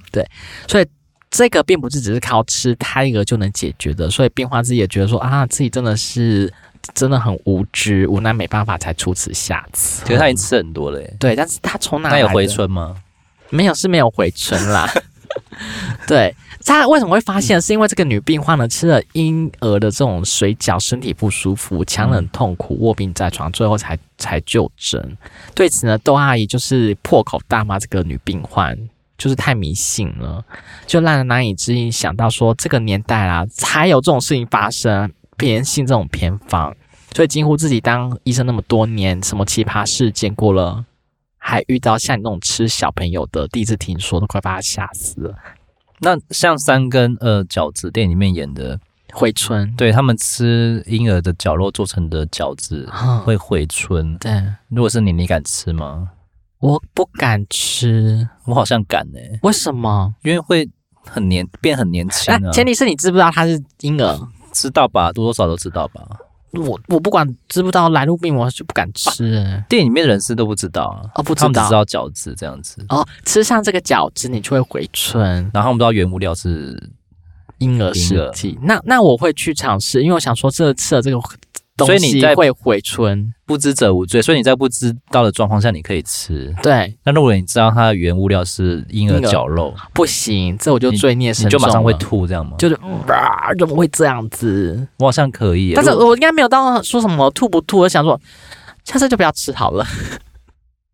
Speaker 2: 所以这个并不是只是靠吃胎儿就能解决的，所以病患自己也觉得说啊，自己真的是真的很无知，无奈没办法才出此下策。
Speaker 1: 其实他已经吃很多了耶。
Speaker 2: 对，但是他从哪
Speaker 1: 那有
Speaker 2: 来
Speaker 1: 回
Speaker 2: 的？
Speaker 1: 春吗？
Speaker 2: 没有，是没有回春啦。对，他为什么会发现？是因为这个女病患呢吃了婴儿的这种水饺，身体不舒服，强忍痛苦，卧病在床，最后才才就诊。对此呢，窦阿姨就是破口大骂这个女病患。就是太迷信了，就让人难以置信想到说这个年代啦、才有这种事情发生，别人信这种偏方，所以惊呼自己当医生那么多年，什么奇葩事见过了，还遇到像你那种吃小朋友的，第一次听说，都快把他吓死了。
Speaker 1: 那像三根呃饺子店里面演的，
Speaker 2: 回春，
Speaker 1: 对他们吃婴儿的绞肉做成的饺子
Speaker 2: 啊
Speaker 1: 会回春。
Speaker 2: 对，
Speaker 1: 如果是你，你敢吃吗？
Speaker 2: 我不敢吃，
Speaker 1: 我好像敢呢、
Speaker 2: 为什么？
Speaker 1: 因为会很年变很年轻
Speaker 2: 那、
Speaker 1: 啊。
Speaker 2: 哎前提是你知不知道他是婴儿？
Speaker 1: 知道吧？多多少少都知道吧？
Speaker 2: 我我不管知不知道来路病，我就不敢吃、
Speaker 1: 店里面的人是都不知道啊，
Speaker 2: 哦不知
Speaker 1: 他们
Speaker 2: 道
Speaker 1: 只知道饺子这样子，
Speaker 2: 哦，吃上这个饺子，你就会回春
Speaker 1: 然后他们不知道原物料是，
Speaker 2: 婴儿
Speaker 1: 婴
Speaker 2: 时
Speaker 1: 儿
Speaker 2: 期。那那我会去尝试，因为我想说这吃了这个
Speaker 1: 所
Speaker 2: 东
Speaker 1: 以你
Speaker 2: 西
Speaker 1: 在
Speaker 2: 会回春。
Speaker 1: 不知者无罪，所以你在不知道的状况下你可以吃。
Speaker 2: 对，
Speaker 1: 那如果你知道它的原物料是婴儿
Speaker 2: 婴儿
Speaker 1: 绞肉，
Speaker 2: 不行，这我就罪孽深
Speaker 1: 你就
Speaker 2: 重
Speaker 1: 马上会
Speaker 2: 了，
Speaker 1: 吐这样吗？
Speaker 2: 就是、啊怎么会这样子？
Speaker 1: 我好像可以耶，
Speaker 2: 但是
Speaker 1: 如果
Speaker 2: 我应该没有到说什么吐不吐，我想说下次就不要吃好了。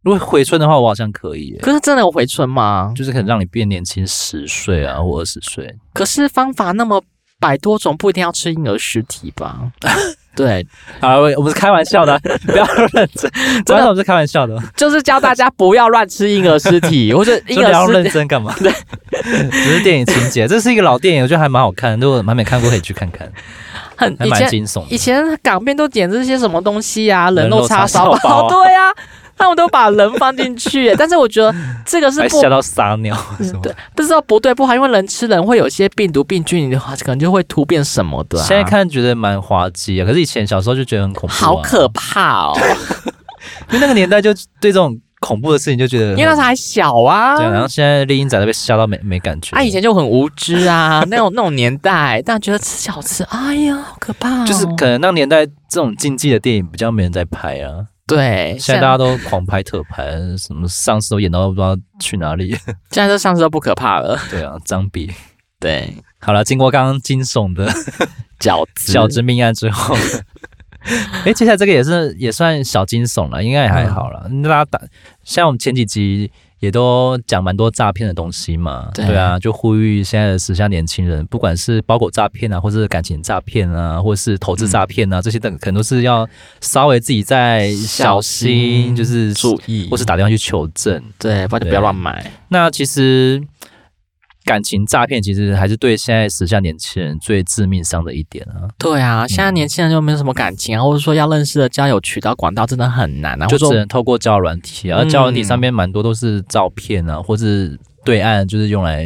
Speaker 1: 如果回春的话，我好像可以耶，
Speaker 2: 可是真的有回春吗？
Speaker 1: 就是可能让你变年轻十岁啊，或二十岁。
Speaker 2: 可是方法那么百多种，不一定要吃婴儿尸体 吧？对，
Speaker 1: 好了，我我们是开玩笑 的啊，不要认真，真的我们是开玩笑的，
Speaker 2: 就是教大家不要乱吃婴儿 尸体，或者
Speaker 1: 就
Speaker 2: 婴
Speaker 1: 不要
Speaker 2: 儿尸
Speaker 1: 认
Speaker 2: 体。
Speaker 1: 真干嘛？对， 只是电影情节，这是一个老电影，我觉得还蛮好看，如果还没看过可以去看看，
Speaker 2: 很
Speaker 1: 还
Speaker 2: 以
Speaker 1: 蛮
Speaker 2: 前
Speaker 1: 惊悚
Speaker 2: 以
Speaker 1: 的。
Speaker 2: 前港片都点这些什么东西啊，
Speaker 1: 人
Speaker 2: 人肉
Speaker 1: 肉叉
Speaker 2: 叉烧
Speaker 1: 烧包啊
Speaker 2: 对呀、啊，他们都把人放进去，但是我觉得这个是
Speaker 1: 还
Speaker 2: 不
Speaker 1: 吓到撒尿什么
Speaker 2: 对，不知道不对不好，因为人吃人会有些病毒病菌的话，可能就会突变什么的、啊。
Speaker 1: 现在看觉得蛮滑稽啊，可是以前小时候就觉得很恐怖、啊，
Speaker 2: 好可怕哦，
Speaker 1: 因为那个年代就对这种恐怖的事情就觉得很，
Speaker 2: 因为那时候还小
Speaker 1: 对啊，然
Speaker 2: 啊。
Speaker 1: 后现在丽英仔都被吓到没没感觉，
Speaker 2: 啊，以前就很无知啊， 那种那种年代，但觉得吃小吃，哎呀，好可怕哦、
Speaker 1: 就是可能那个年代这种禁忌的电影比较没人在拍啊，
Speaker 2: 对，
Speaker 1: 现在大家都狂拍特拍，什么上次都演到不知道去哪里，
Speaker 2: 现在这上次都不可怕了。
Speaker 1: 对啊，张比。
Speaker 2: 对，
Speaker 1: 好了，经过刚刚惊悚的
Speaker 2: 饺子，
Speaker 1: 小之命案之 后，哎、接下来这个也是也算小惊悚了，应该也还好了。大家打，像我们前几集也都讲蛮多诈骗的东西嘛，
Speaker 2: 对
Speaker 1: 对啊，就呼吁现在的时下年轻人，不管是包裹诈骗啊，或是感情诈骗啊，或是投资诈骗啊，这些等可能都是要稍微自己再小心，
Speaker 2: 小心
Speaker 1: 就是
Speaker 2: 注意，
Speaker 1: 或是打电话去求证。
Speaker 2: 对，不然就不要乱买。
Speaker 1: 那其实感情诈骗其实还是对现在时下年轻人最致命伤的一点啊，
Speaker 2: 对啊，现在年轻人就没有什么感情啊，或者说要认识的交友渠道管道真的很难啊，
Speaker 1: 就
Speaker 2: 或者
Speaker 1: 只
Speaker 2: 说
Speaker 1: 能透过交友软体啊，
Speaker 2: 嗯
Speaker 1: 交友软体上面蛮多都是照片啊，或是对岸就是用来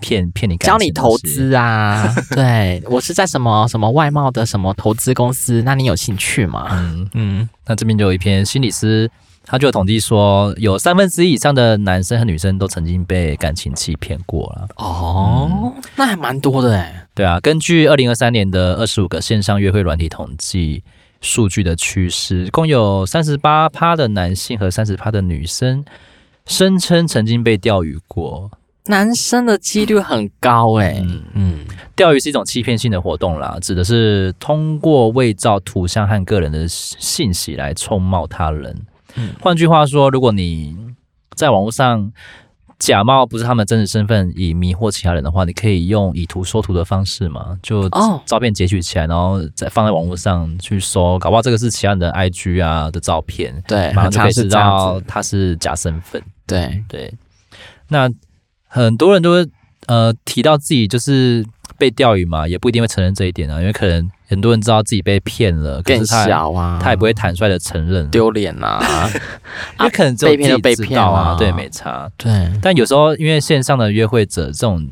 Speaker 1: 骗骗你感情
Speaker 2: 教
Speaker 1: 的
Speaker 2: 你投
Speaker 1: 东西。
Speaker 2: 资啊。对我是在什么什么外贸的什么投资公司，那你有兴趣吗？
Speaker 1: 嗯，
Speaker 2: 嗯，
Speaker 1: 那这边就有一篇心理师。他就有统计说，有三分之一以上的男生和女生都曾经被感情欺骗过了。
Speaker 2: 哦，
Speaker 1: 嗯
Speaker 2: 那还蛮多的哎。
Speaker 1: 对啊，根据二零二三年的二十五个线上约会软体统计数据的趋势，共有三十八趴的男性和三十趴的女生声称曾经被钓鱼过。
Speaker 2: 男生的几率很高哎，嗯，
Speaker 1: 钓鱼是一种欺骗性的活动啦，指的是通过伪造图像和个人的信息来冲冒他人。
Speaker 2: 嗯
Speaker 1: 换句话说，如果你在网络上假冒不是他们真实身份，以迷惑其他人的话，你可以用以图说图的方式嘛，就
Speaker 2: 哦
Speaker 1: 照片截取起来，然后再放在网络上去搜，搞不好这个是其他人的 IG 啊的照片，
Speaker 2: 对，
Speaker 1: 马
Speaker 2: 很
Speaker 1: 上就可
Speaker 2: 常
Speaker 1: 以
Speaker 2: 是
Speaker 1: 知
Speaker 2: 这样
Speaker 1: 道
Speaker 2: 子，
Speaker 1: 他是假身份。
Speaker 2: 对，
Speaker 1: 对，那很多人都会呃提到自己就是被钓鱼嘛，也不一定会承认这一点啊，因为可能很多人知道自己被骗了，可
Speaker 2: 更
Speaker 1: 是他也
Speaker 2: 小啊，
Speaker 1: 他也不会坦率的承认，
Speaker 2: 丢脸呐。
Speaker 1: 啊因为可能只有
Speaker 2: 被骗
Speaker 1: 自
Speaker 2: 就
Speaker 1: 己
Speaker 2: 被
Speaker 1: 知
Speaker 2: 骗
Speaker 1: 道啊，
Speaker 2: 啦
Speaker 1: 对，没差。
Speaker 2: 对，
Speaker 1: 但有时候因为线上的约会者这种。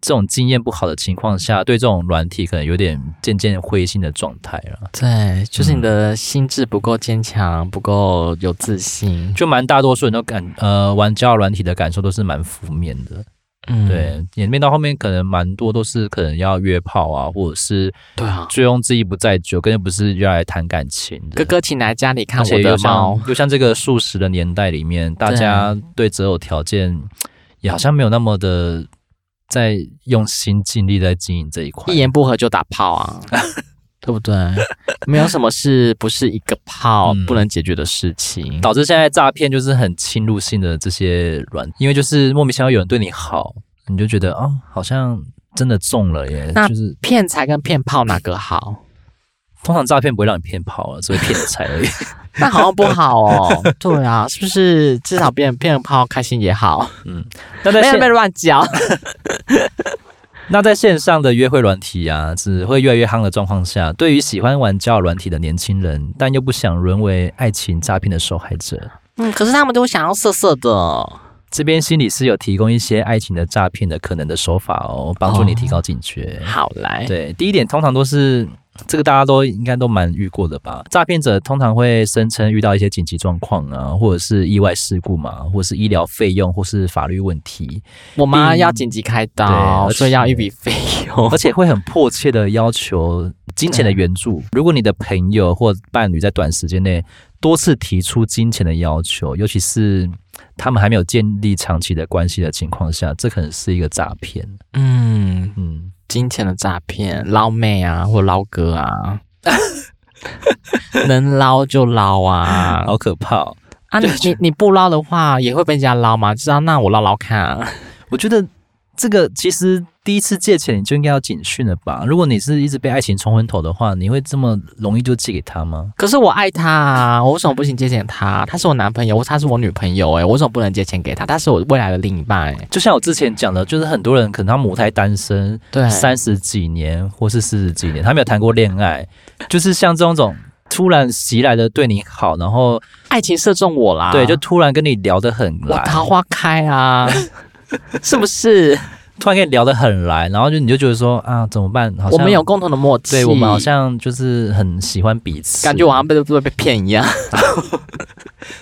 Speaker 1: 这种经验不好的情况下，对这种软体可能有点渐渐灰心的状态啊了，
Speaker 2: 对，就是你的心智不够坚强，不够有自信。
Speaker 1: 就蛮大多数人都感呃玩交友软体的感受都是蛮负面的。
Speaker 2: 嗯，
Speaker 1: 对，演变到后面可能蛮多都是可能要约炮啊，或者是
Speaker 2: 对啊，
Speaker 1: 醉翁之意不在酒，根本不是要来谈感情的。
Speaker 2: 哥哥，请来家里看
Speaker 1: 而且
Speaker 2: 我的
Speaker 1: 又
Speaker 2: 猫
Speaker 1: 像。 又像这个素食的年代里面，大
Speaker 2: 对
Speaker 1: 家对啊择偶条件也好像没有那么的在用心尽力在经营这一块
Speaker 2: 一。言不合就打炮 啊，对不对？没有什么是不是一个炮
Speaker 1: 嗯
Speaker 2: 不能解决的事情。
Speaker 1: 导致现在诈骗就是很侵入性的这些软，因为就是莫名其妙有人对你好，你就觉得啊、哦，好像真的中了耶。
Speaker 2: 那
Speaker 1: 就是
Speaker 2: 骗财跟骗炮哪个好？
Speaker 1: 通常诈骗不会让你骗跑了，只会骗你财 而已。
Speaker 2: 那好像不好哦。 对啊，是不是至少骗骗炮开心也好？
Speaker 1: 那在
Speaker 2: 没
Speaker 1: 现
Speaker 2: 有被乱 讲。
Speaker 1: 那在线上的约会软体啊，只会越来越夯的状况下，对于喜欢玩交友软体的年轻人，但又不想沦为爱情诈骗的受害者，
Speaker 2: 嗯，可是他们都想要色色的。
Speaker 1: 这边心理师有提供一些爱情的诈骗的可能的手法哦，帮助你提高警觉。
Speaker 2: 好来，
Speaker 1: 对，第一点通常都是这个大家都应该都蛮遇过的吧？诈骗者通常会声称遇到一些紧急状况啊，或者是意外事故嘛，或是医疗费用，或是法律问题，
Speaker 2: 我妈要紧急开刀，
Speaker 1: 对而
Speaker 2: 所以要
Speaker 1: 且
Speaker 2: 一笔费用
Speaker 1: 而。且会很迫切的要求金钱的援助。如果你的朋友或伴侣在短时间内多次提出金钱的要求，尤其是他们还没有建立长期的关系的情况下，这可能是一个诈骗。
Speaker 2: 嗯，
Speaker 1: 嗯，
Speaker 2: 金钱的诈骗，捞妹啊，或捞哥 啊，能捞就捞啊！
Speaker 1: 好可怕、哦！
Speaker 2: 啊，你你你不捞的话，也会被人家捞吗？知道？那我捞捞看、啊。
Speaker 1: 我觉得这个其实第一次借钱你就应该要警讯了吧？如果你是一直被爱情冲昏头的话，你会这么容易就借给他吗？
Speaker 2: 可是我爱他啊，我为什么不行借钱他？他是我男朋友，或他是我女朋友、欸，哎，我为什么不能借钱给他？他是我未来的另一半、欸，
Speaker 1: 就像我之前讲的，就是很多人可能他母胎单身，
Speaker 2: 对，
Speaker 1: 三十几年或是四十几年，他没有谈过恋爱，就是像这种种突然袭来的对你好，然后
Speaker 2: 爱情射中我啦，
Speaker 1: 对，就突然跟你聊得很
Speaker 2: 啊我
Speaker 1: 来，
Speaker 2: 桃花开啊， 是不是？
Speaker 1: 突然跟你聊得很来，然后就你就觉得说啊，怎么办？好
Speaker 2: 我
Speaker 1: 像
Speaker 2: 们有共同的默契，
Speaker 1: 对我们好像就是很喜欢彼此，
Speaker 2: 感觉我好像被被被骗 一样，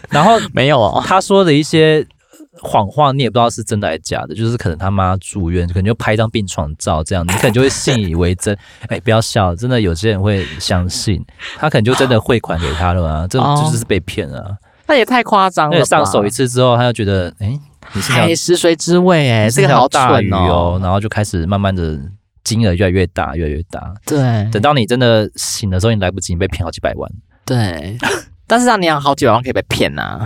Speaker 1: 然后
Speaker 2: 没有哦，
Speaker 1: 他说的一些谎话，你也不知道是真的还是假的，就是可能他妈住院，可能就拍一张病床照这样，你可能就会信以为真。 哎、不要笑，真的有些人会相信，他可能就真的汇款给他了啊，这
Speaker 2: 哦
Speaker 1: 这就是被骗了、啊。
Speaker 2: 那也太夸张
Speaker 1: 那个
Speaker 2: 了吧。
Speaker 1: 上手一次之后，他就觉得，哎、你是条
Speaker 2: 海食髓知味，哎，
Speaker 1: 你
Speaker 2: 这
Speaker 1: 是
Speaker 2: 个
Speaker 1: 条
Speaker 2: 好
Speaker 1: 大鱼
Speaker 2: 蠢
Speaker 1: 哦，，然后就开始慢慢的金额越来越大，越来越大。
Speaker 2: 对
Speaker 1: 等到你真的醒的时候，你来不及，你被骗好几百万。
Speaker 2: 对，但是让你有好几百万可以被骗呐，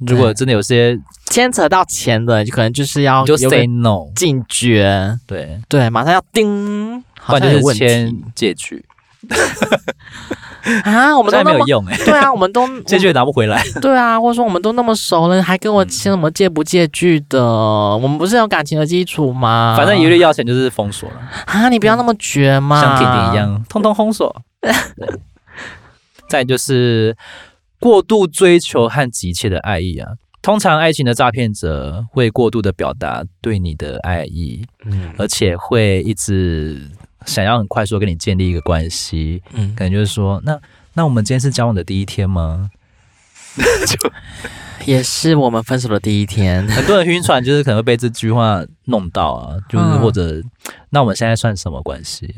Speaker 1: 如果真的有些，你
Speaker 2: 牵扯到钱的，可能就是要
Speaker 1: 就
Speaker 2: 哦有个
Speaker 1: say no，
Speaker 2: 警觉，
Speaker 1: 对，
Speaker 2: 对，马上要叮，
Speaker 1: 不
Speaker 2: 好像
Speaker 1: 然
Speaker 2: 有
Speaker 1: 就是
Speaker 2: 问
Speaker 1: 签
Speaker 2: 题
Speaker 1: 借据，
Speaker 2: 啊，我们
Speaker 1: 现在
Speaker 2: 都
Speaker 1: 没有
Speaker 2: 那么。
Speaker 1: 用哎、
Speaker 2: 对 啊，我们都
Speaker 1: 借据也拿不回来。
Speaker 2: 对啊，或者说我们都那么熟了，还跟我签什么借不借据的？我们不是有感情的基础吗？
Speaker 1: 反正一律要钱就是封锁了，
Speaker 2: 啊，你不要那么绝嘛，
Speaker 1: 像婷婷一。样，通通封锁。对再就是过度追求和急切的爱意啊，通常爱情的诈骗者会过度的表达对你的爱意，
Speaker 2: 嗯
Speaker 1: 而且会一直想要很快速地跟你建立一个关系，
Speaker 2: 嗯，
Speaker 1: 可能就是说，那那我们今天是交往的第一天吗？
Speaker 2: 也是我们分手的第一天。
Speaker 1: 很多人晕船就是可能会被这句话弄到啊，就是
Speaker 2: 嗯
Speaker 1: 或者、那我们现在算什么关系？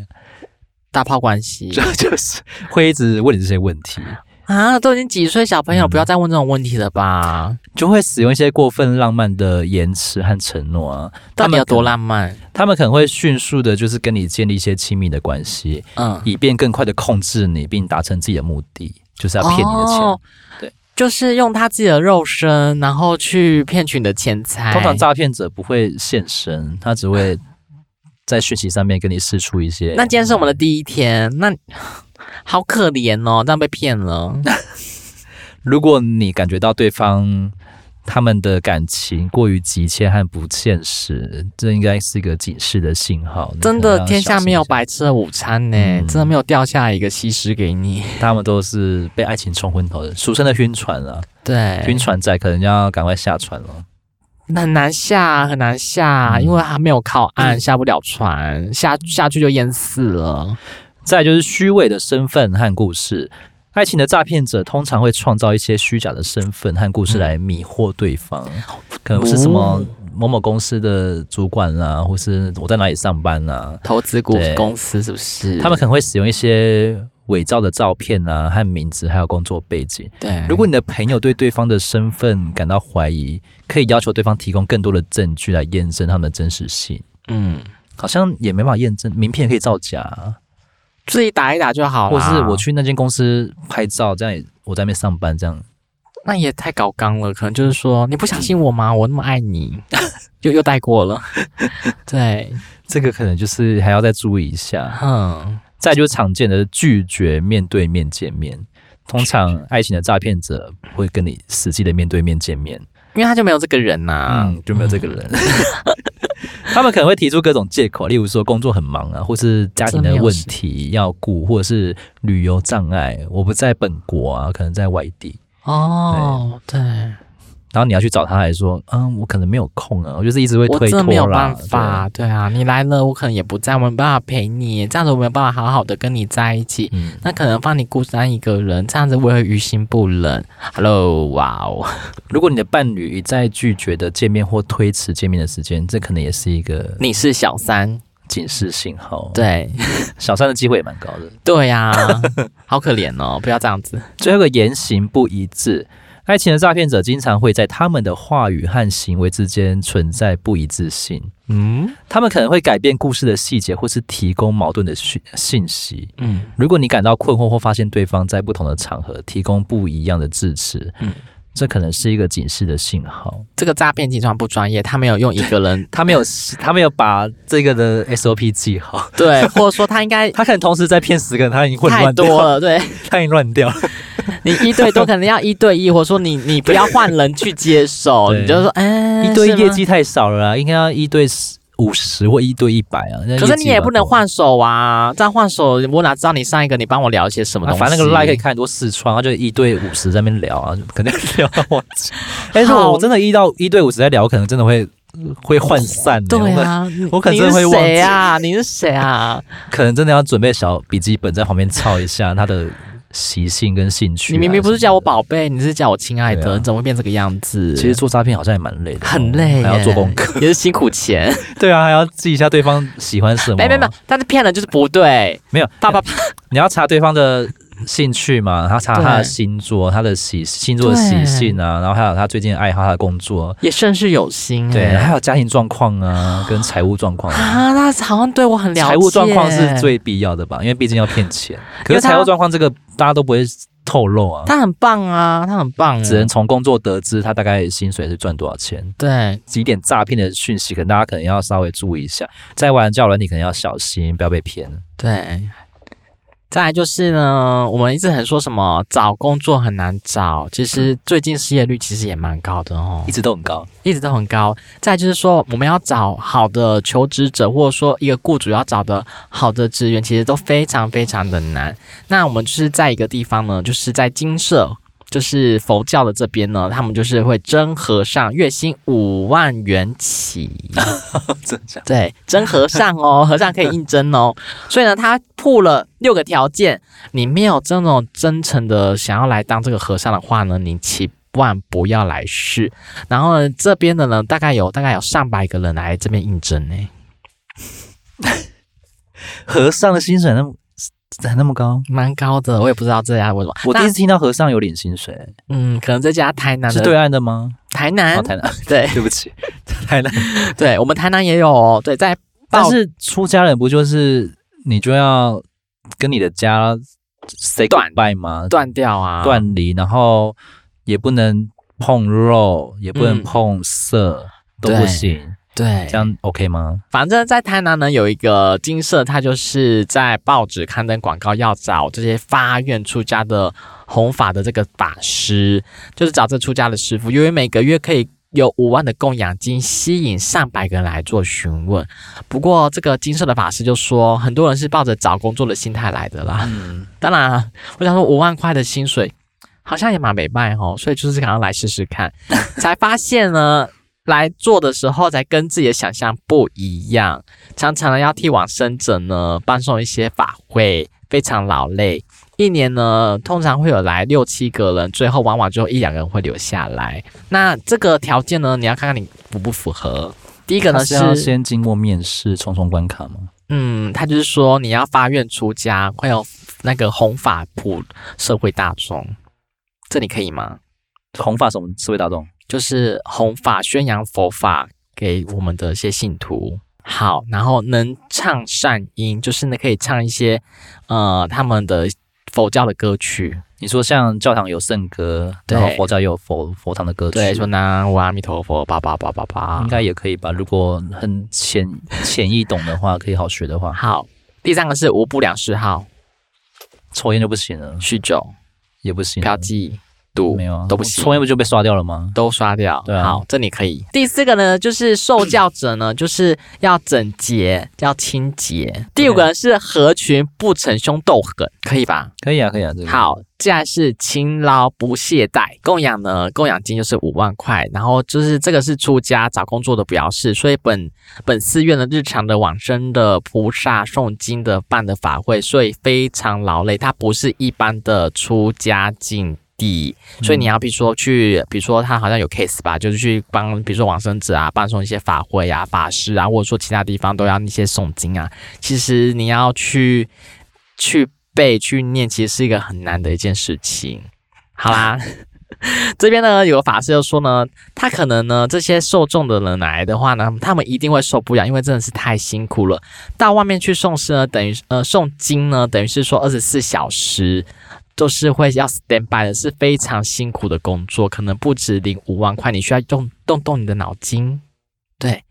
Speaker 2: 大炮关系
Speaker 1: 就就是会一直问你这些问题，
Speaker 2: 啊，都已经几岁小朋友，
Speaker 1: 嗯
Speaker 2: 不要再问这种问题了吧？
Speaker 1: 就会使用一些过分浪漫的言辞和承诺啊。他
Speaker 2: 到底
Speaker 1: 们
Speaker 2: 有多
Speaker 1: 可能？
Speaker 2: 浪漫？
Speaker 1: 他们可能会迅速的，就是跟你建立一些亲密的关系，
Speaker 2: 嗯，
Speaker 1: 以便更快的控制你，并达成自己的目的，就是要骗你的钱。
Speaker 2: 哦
Speaker 1: 对，
Speaker 2: 就是用他自己的肉身，然后去骗取你的钱财。
Speaker 1: 通常诈骗者不会现身，他只会在讯息上面跟你试出一些。
Speaker 2: 那今天是我们的第一天，那 好可怜哦，这样被骗了。
Speaker 1: 如果你感觉到对方他们的感情过于急切和不现实，这应该是一个警示的信号。你
Speaker 2: 真
Speaker 1: 可能
Speaker 2: 的，
Speaker 1: 要
Speaker 2: 天
Speaker 1: 小
Speaker 2: 下
Speaker 1: 心
Speaker 2: 没有
Speaker 1: 一下
Speaker 2: 白吃的午餐呢、
Speaker 1: 嗯
Speaker 2: 真的没有掉下一个西施 给你。
Speaker 1: 他们都是被爱情冲昏头的，俗称的晕船啊，
Speaker 2: 对
Speaker 1: 晕，船仔可能要赶快下船了。
Speaker 2: 很难下，很难下，
Speaker 1: 嗯
Speaker 2: 因为还没有靠岸，下不了船，下下去就淹死了。
Speaker 1: 再来就是虚伪的身份和故事，爱情的诈骗者通常会创造一些虚假的身份和故事来迷惑对方，可能是什么
Speaker 2: 哦
Speaker 1: 某某公司的主管啊，或是我在哪里上班啊，
Speaker 2: 投资股
Speaker 1: 对
Speaker 2: 公司是不是？
Speaker 1: 他们可能会使用一些伪造的照片啊和名字，还有工作背景。
Speaker 2: 对，
Speaker 1: 如果你的朋友对对方的身份感到怀疑，可以要求对方提供更多的证据来验证他们的真实性。
Speaker 2: 嗯，
Speaker 1: 好像也没办法验证，名片可以造假啊，
Speaker 2: 自己打一打就好
Speaker 1: 或
Speaker 2: 了。
Speaker 1: 是我，去那间公司拍照，这样也我在那边上班，这样
Speaker 2: 那也太搞纲了，可能就是说你不相信我
Speaker 1: 嗯
Speaker 2: 吗？我那么爱你， 又又带 过了。对，
Speaker 1: 这个可能就是还要再注意一下。
Speaker 2: 哼，
Speaker 1: 再就是常见的拒绝面对面见面，通常爱情的诈骗者会跟你实际的面对面见面，
Speaker 2: 因为他就没有这个人呐、
Speaker 1: 嗯，就没有这个人。 他们可能会提出各种借口，例如说工作很忙啊，或是家庭的问题要顾，或者是旅游障碍，我不在本国啊，可能在外地。
Speaker 2: 哦，对，
Speaker 1: 然后你要去找他来说，嗯，我可能没有空啊，我就是一直会
Speaker 2: 我
Speaker 1: 推
Speaker 2: 真
Speaker 1: 脱啦。
Speaker 2: 的没有办法，对啊，你来了，我可能也不在，我没办法陪你，这样子我没有办法好好的跟你在一起
Speaker 1: 对，，嗯，
Speaker 2: 那可能放你孤单一个人，这样子我也会于心不忍。Hello，哇哦，
Speaker 1: 如果你的伴侣一再拒绝的见面或推迟见面的时间，这可能也是一个
Speaker 2: 你是小三，
Speaker 1: 警示信号。，
Speaker 2: 对
Speaker 1: 小三的机会也蛮高的。
Speaker 2: 对呀、啊，好可怜哦，不要这样子，
Speaker 1: 最后一个言行不一致，爱情的诈骗者经常会在他们的话语和行为之间存在不一致性，
Speaker 2: 嗯
Speaker 1: 他们可能会改变故事的细节，或是提供矛盾的讯信息。
Speaker 2: 嗯，
Speaker 1: 如果你感到困惑或发现对方在不同的场合提供不一样的支持，
Speaker 2: 嗯
Speaker 1: 这可能是一个警示的信号。，
Speaker 2: 这个诈骗集团不专业，他没有用一个人
Speaker 1: 他 没有，他没有把这个的 SOP 记好，
Speaker 2: 对，或者说他应该
Speaker 1: 他可能同时在骗十个人，他已 经混
Speaker 2: 太
Speaker 1: 乱掉
Speaker 2: 多，了，对。
Speaker 1: 他已经乱掉了。
Speaker 2: 你一对多可能要一对一，或者说你你不要换人去接手，
Speaker 1: 对
Speaker 2: 你就说，哎、
Speaker 1: 一对
Speaker 2: 是
Speaker 1: 一
Speaker 2: 吗
Speaker 1: 啊业绩太少了啦，应该要一对十五十或一对一百啊。那
Speaker 2: 可是
Speaker 1: 业绩
Speaker 2: 你也
Speaker 1: 有
Speaker 2: 不
Speaker 1: 蛮
Speaker 2: 能
Speaker 1: 多
Speaker 2: 换手啊，这样换手，我哪知道你上一个你帮我聊一些什么
Speaker 1: 啊
Speaker 2: 东西？
Speaker 1: 反正那个 like 可以看很多视窗，他就一对五十在那边聊啊，肯定聊到忘记。但是我真的一到一对五十在聊，可能真的会会涣散、欸。
Speaker 2: 对
Speaker 1: 我可
Speaker 2: 啊，你
Speaker 1: 我可
Speaker 2: 你
Speaker 1: 真的会
Speaker 2: 是
Speaker 1: 忘
Speaker 2: 谁
Speaker 1: 记
Speaker 2: 啊？你是谁啊？
Speaker 1: 可能真的要准备小笔记本在旁边抄一下他的习性跟兴趣、啊
Speaker 2: 你明明不是
Speaker 1: 叫
Speaker 2: 叫我宝贝，你是叫我亲爱
Speaker 1: 对
Speaker 2: 的，
Speaker 1: 啊
Speaker 2: 你怎么会变这个样子？
Speaker 1: 其实做诈骗好像也蛮累的哦，
Speaker 2: 很累，
Speaker 1: 还要做功，课。
Speaker 2: 也是辛 苦钱。
Speaker 1: 对啊，还要记一下对方喜欢什么。
Speaker 2: 没没没，但是骗人就是不对。
Speaker 1: 没有，
Speaker 2: 爸爸
Speaker 1: 你要查对方的兴趣嘛，他查他的
Speaker 2: 对
Speaker 1: 星座、他的喜星座的习性啊，然后还有他最近的爱好、他的工作，
Speaker 2: 也甚是有心欸。
Speaker 1: 对，还有家庭状况啊，跟财务状况、啊。
Speaker 2: 啊，那好像对我很了解。
Speaker 1: 财务状况是，最必要的吧，因为毕竟要骗钱。可
Speaker 2: 因为
Speaker 1: 是
Speaker 2: 他
Speaker 1: 财务状况这个大家都不会透露啊，
Speaker 2: 他很棒啊，他很棒啊。
Speaker 1: 只能从工作得知他大概薪水是赚多少钱。
Speaker 2: 对，
Speaker 1: 几点诈骗的讯息，可能大家可能要稍微注意一下。在玩交友软体，可能要小心，不要被骗。
Speaker 2: 对。再来就是呢，我们一直很说什么找工作很难找，其实最近失业率其实也蛮高的哦
Speaker 1: 一，直都很高，
Speaker 2: 一直都很高。再来就是说，我们要找好的求职者，或者说一个雇主要找的好的职员，其实都非常非常的难。那我们就是在一个地方呢，就是在金舍。就是佛教的这边呢，他们就是会征和尚，月薪五万元起。
Speaker 1: 真的假的？
Speaker 2: 对，真和尚哦，和尚可以应征哦。所以呢，他铺了六个条件，你没有这种真诚的想要来当这个和尚的话呢，你千万不要来试。然后呢，这边的呢，大概有大概有上百个人来这边应征呢。
Speaker 1: 和尚的薪水那么还那么高？
Speaker 2: 蛮高的，我也不知道这家为什么。
Speaker 1: 我第一
Speaker 2: 那
Speaker 1: 次听到和尚有领薪水，
Speaker 2: 嗯，可能这家台南
Speaker 1: 是
Speaker 2: 的
Speaker 1: 对岸的吗？
Speaker 2: 台南、
Speaker 1: 哦，台南，
Speaker 2: 对
Speaker 1: 对不起，台南。
Speaker 2: 对，我们台南也有哦。对，在
Speaker 1: 但
Speaker 2: 报
Speaker 1: 是出家人不就是你就要跟你的家 say
Speaker 2: 断
Speaker 1: goodbye 吗？
Speaker 2: 断掉啊，
Speaker 1: 断离，然后也不能碰肉，也不能
Speaker 2: 嗯
Speaker 1: 碰色，都不
Speaker 2: 对
Speaker 1: 行。
Speaker 2: 对
Speaker 1: 这样 OK 吗？
Speaker 2: 反正，在台南呢有一个金社，它就是在报纸刊登广告，要找这些发愿出家的弘法的这个法师，就是找这出家的师傅，因为每个月可以。有五万的供养金，吸引上百个人来做询问。不过，这个金社的法师就说，很多人是抱着找工作的心态来的啦。
Speaker 1: 嗯，
Speaker 2: 当然啊，我想说五万块的薪水好像也蛮没卖哦，所以就是想要来试 试看，才发现呢，来做的时候才跟自己的想象不一样，常常呢要替往生者呢搬送一些法会，非常劳累。一年呢，通常会有来六七个人，最后往往只有一两个人会留下来。那这个条件呢，你要看看你符不符合。第一个
Speaker 1: 可
Speaker 2: 呢
Speaker 1: 能
Speaker 2: 是
Speaker 1: 是要先经过面试，重重关卡吗？
Speaker 2: 嗯，他就是说你要发愿出家，会有那个弘法普社会大众，这你可以吗？
Speaker 1: 红发什么社会大众？
Speaker 2: 就是弘法宣扬佛法给我们的一些信徒。好，然后能唱善音，就是呢可以唱一些呃他们的佛教的歌曲，
Speaker 1: 你说像教堂有圣歌，
Speaker 2: 对
Speaker 1: 然后佛教也有佛佛堂的歌曲，
Speaker 2: 对，说南无阿弥陀佛，叭叭叭叭叭，
Speaker 1: 应该也可以吧？如果很浅浅易懂的话，可以好学的话，
Speaker 2: 好。第三个是无不良嗜好，
Speaker 1: 抽烟就不行了，
Speaker 2: 酗酒、
Speaker 1: 也不行了，
Speaker 2: 嫖妓、赌
Speaker 1: 没有啊，
Speaker 2: 都不行
Speaker 1: 抽烟不就被刷掉了吗？
Speaker 2: 都刷掉。
Speaker 1: 对啊
Speaker 2: 好，这你可以。第四个呢，就是受教者 呢，就是要整洁，要清洁。第五个呢是合群，不逞凶斗狠，可以吧？
Speaker 1: 可以啊，可以啊，这个
Speaker 2: 好，既然是勤劳不懈怠，供养呢，供养金就是五万块，然后就是这个是出家找工作的表示，所以本本寺院的日常的往生的菩萨诵经的办的法会，所以非常劳累，它不是一般的出家境地，所以你要比如说去，比如说他好像有 case 吧，就是去帮比如说往生者啊，办送一些法会啊、法事啊，或者说其他地方都要那些诵经啊，其实你要去去背去念，其实是一个很难的一件事情。好啦， 这边呢有个法师就说呢，他可能呢这些受众的人来的话呢，他们一定会受不了，因为真的是太辛苦了。到外面去送诗呢，等于呃诵经呢，等于是说二十四小时。都是会要 stand by 的，是非常辛苦的工作，可能不止领五万块，你需要动动动你的脑筋，对，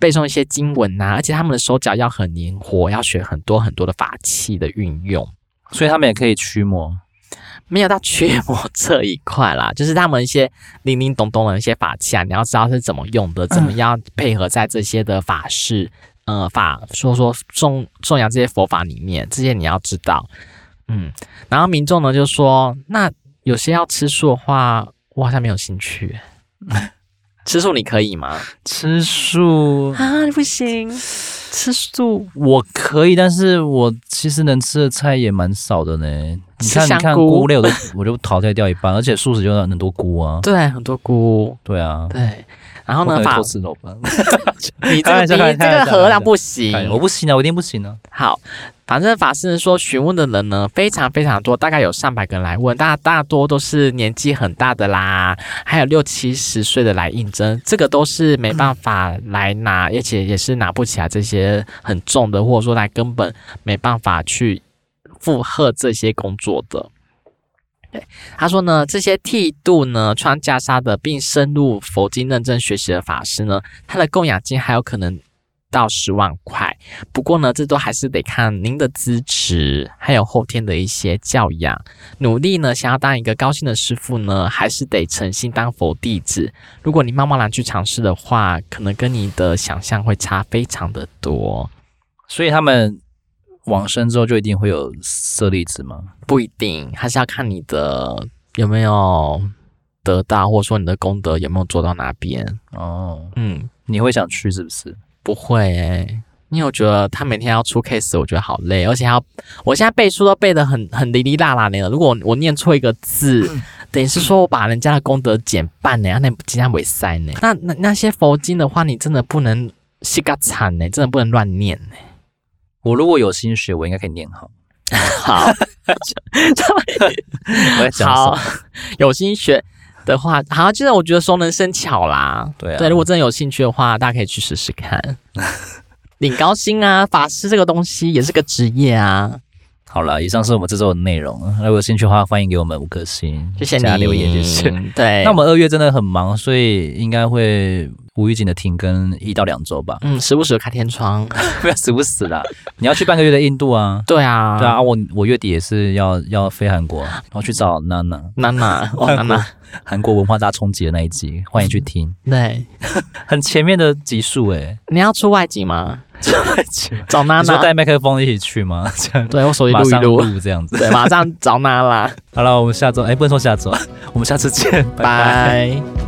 Speaker 2: 背诵一些经文呐、而且他们的手脚要很灵活，要学很多很多的法器的运用。
Speaker 1: 所以他们也可以驱魔，
Speaker 2: 没有到驱魔这一块啦， 就是他们一些零零懂懂的一些法器啊，你要知道是怎么用的，怎么样配合在这些的法事，呃，法说说颂颂扬这些佛法里面，这些你要知道。嗯，然后民众呢就说，那有些要吃素的话，我好像没有兴 趣。吃素你可以吗？
Speaker 1: 吃素
Speaker 2: 啊，不行，吃素
Speaker 1: 我可以，但是我其实能吃的菜也蛮少的呢。你
Speaker 2: 吃
Speaker 1: 看，你
Speaker 2: 香
Speaker 1: 看
Speaker 2: 菇
Speaker 1: 菇类我都我就淘汰掉一半，而且素食就很多菇啊。
Speaker 2: 对，很多菇，
Speaker 1: 对啊，
Speaker 2: 对。然后
Speaker 1: 不
Speaker 2: 呢，嗯
Speaker 1: 能
Speaker 2: 法
Speaker 1: 偷吃肉吧？
Speaker 2: 你这
Speaker 1: 开
Speaker 2: 个
Speaker 1: 玩笑开
Speaker 2: 你
Speaker 1: 玩笑
Speaker 2: 这个
Speaker 1: 开玩
Speaker 2: 荷
Speaker 1: 笑
Speaker 2: 兰不行，
Speaker 1: 哎我不行啊，我一定不行啊。
Speaker 2: 好，反正法师说询问的人呢非常非常多，大概有上百个人来问，大大多都是年纪很大的啦，还有六七十岁的来应征，这个都是没办法来拿，而且也是拿不起来这些很重的，或者说来根本没办法去负荷这些工作的。他说呢，这些剃度呢、穿袈裟的，并深入佛经认真学习的法师呢，他的供养金还有可能到十万块。不过呢，这都还是得看您的资质，还有后天的一些教养努力呢。想要当一个高薪的师傅呢，还是得诚心当佛弟子。如果你贸贸然去尝试的话，可能跟你的想象会差非常的多，
Speaker 1: 所以他们往生之后就一定会有舍利子吗？
Speaker 2: 不一定，还是要看你的有没有得到，或者说你的功德有没有做到哪边。
Speaker 1: 哦，
Speaker 2: 嗯，
Speaker 1: 你会想去是不是？
Speaker 2: 不会诶、因为我觉得他每天要出 case，我觉得好累，而且还要，我现在背书都背得很很哩哩啦啦的。如果我我念错一个字，
Speaker 1: 嗯
Speaker 2: 等于是说我把人家的功德减半呢，啊那你尽量为塞呢。那那那些佛经的话，你真的不能细嘎惨呢，真的不能乱念呢。
Speaker 1: 我如果有心学，我应该可以念好。
Speaker 2: 好，
Speaker 1: 我在讲什
Speaker 2: 好
Speaker 1: 么？，
Speaker 2: 有心学的话，好，就是我觉得熟能生巧啦。
Speaker 1: 对啊
Speaker 2: 对，如果真的有兴趣的话，大家可以去试试看。领高薪啊，法师这个东西也是个职业啊。
Speaker 1: 好了，以上是我们这周的内容。那如果有兴趣的话，欢迎给我们五颗星，
Speaker 2: 谢谢
Speaker 1: 加
Speaker 2: 你
Speaker 1: 留言就是。
Speaker 2: 对，，
Speaker 1: 那我们二月真的很忙，所以应该会无预警的停更一到两 周吧
Speaker 2: 嗯，时不时开 天窗。
Speaker 1: 不要死不死啦！你要去半个月的印度啊，
Speaker 2: 对啊，
Speaker 1: 对，啊，我我月底也是要要飞韩国，然后去找娜娜
Speaker 2: 娜娜，哦，娜娜，
Speaker 1: 韩国文化大冲击的那一集，欢迎去听，
Speaker 2: 对，
Speaker 1: 很前面的集数诶、
Speaker 2: 你要出外景吗？出外景，找娜
Speaker 1: 你说
Speaker 2: 娜。
Speaker 1: 带麦克风一起去吗？ 这样
Speaker 2: 对我手机
Speaker 1: 马
Speaker 2: 录一
Speaker 1: 上
Speaker 2: 录，
Speaker 1: 录这样子。
Speaker 2: 对，马上找娜娜，
Speaker 1: 好了，我们下周哎，不能说下周，我们下次见，拜拜
Speaker 2: 拜。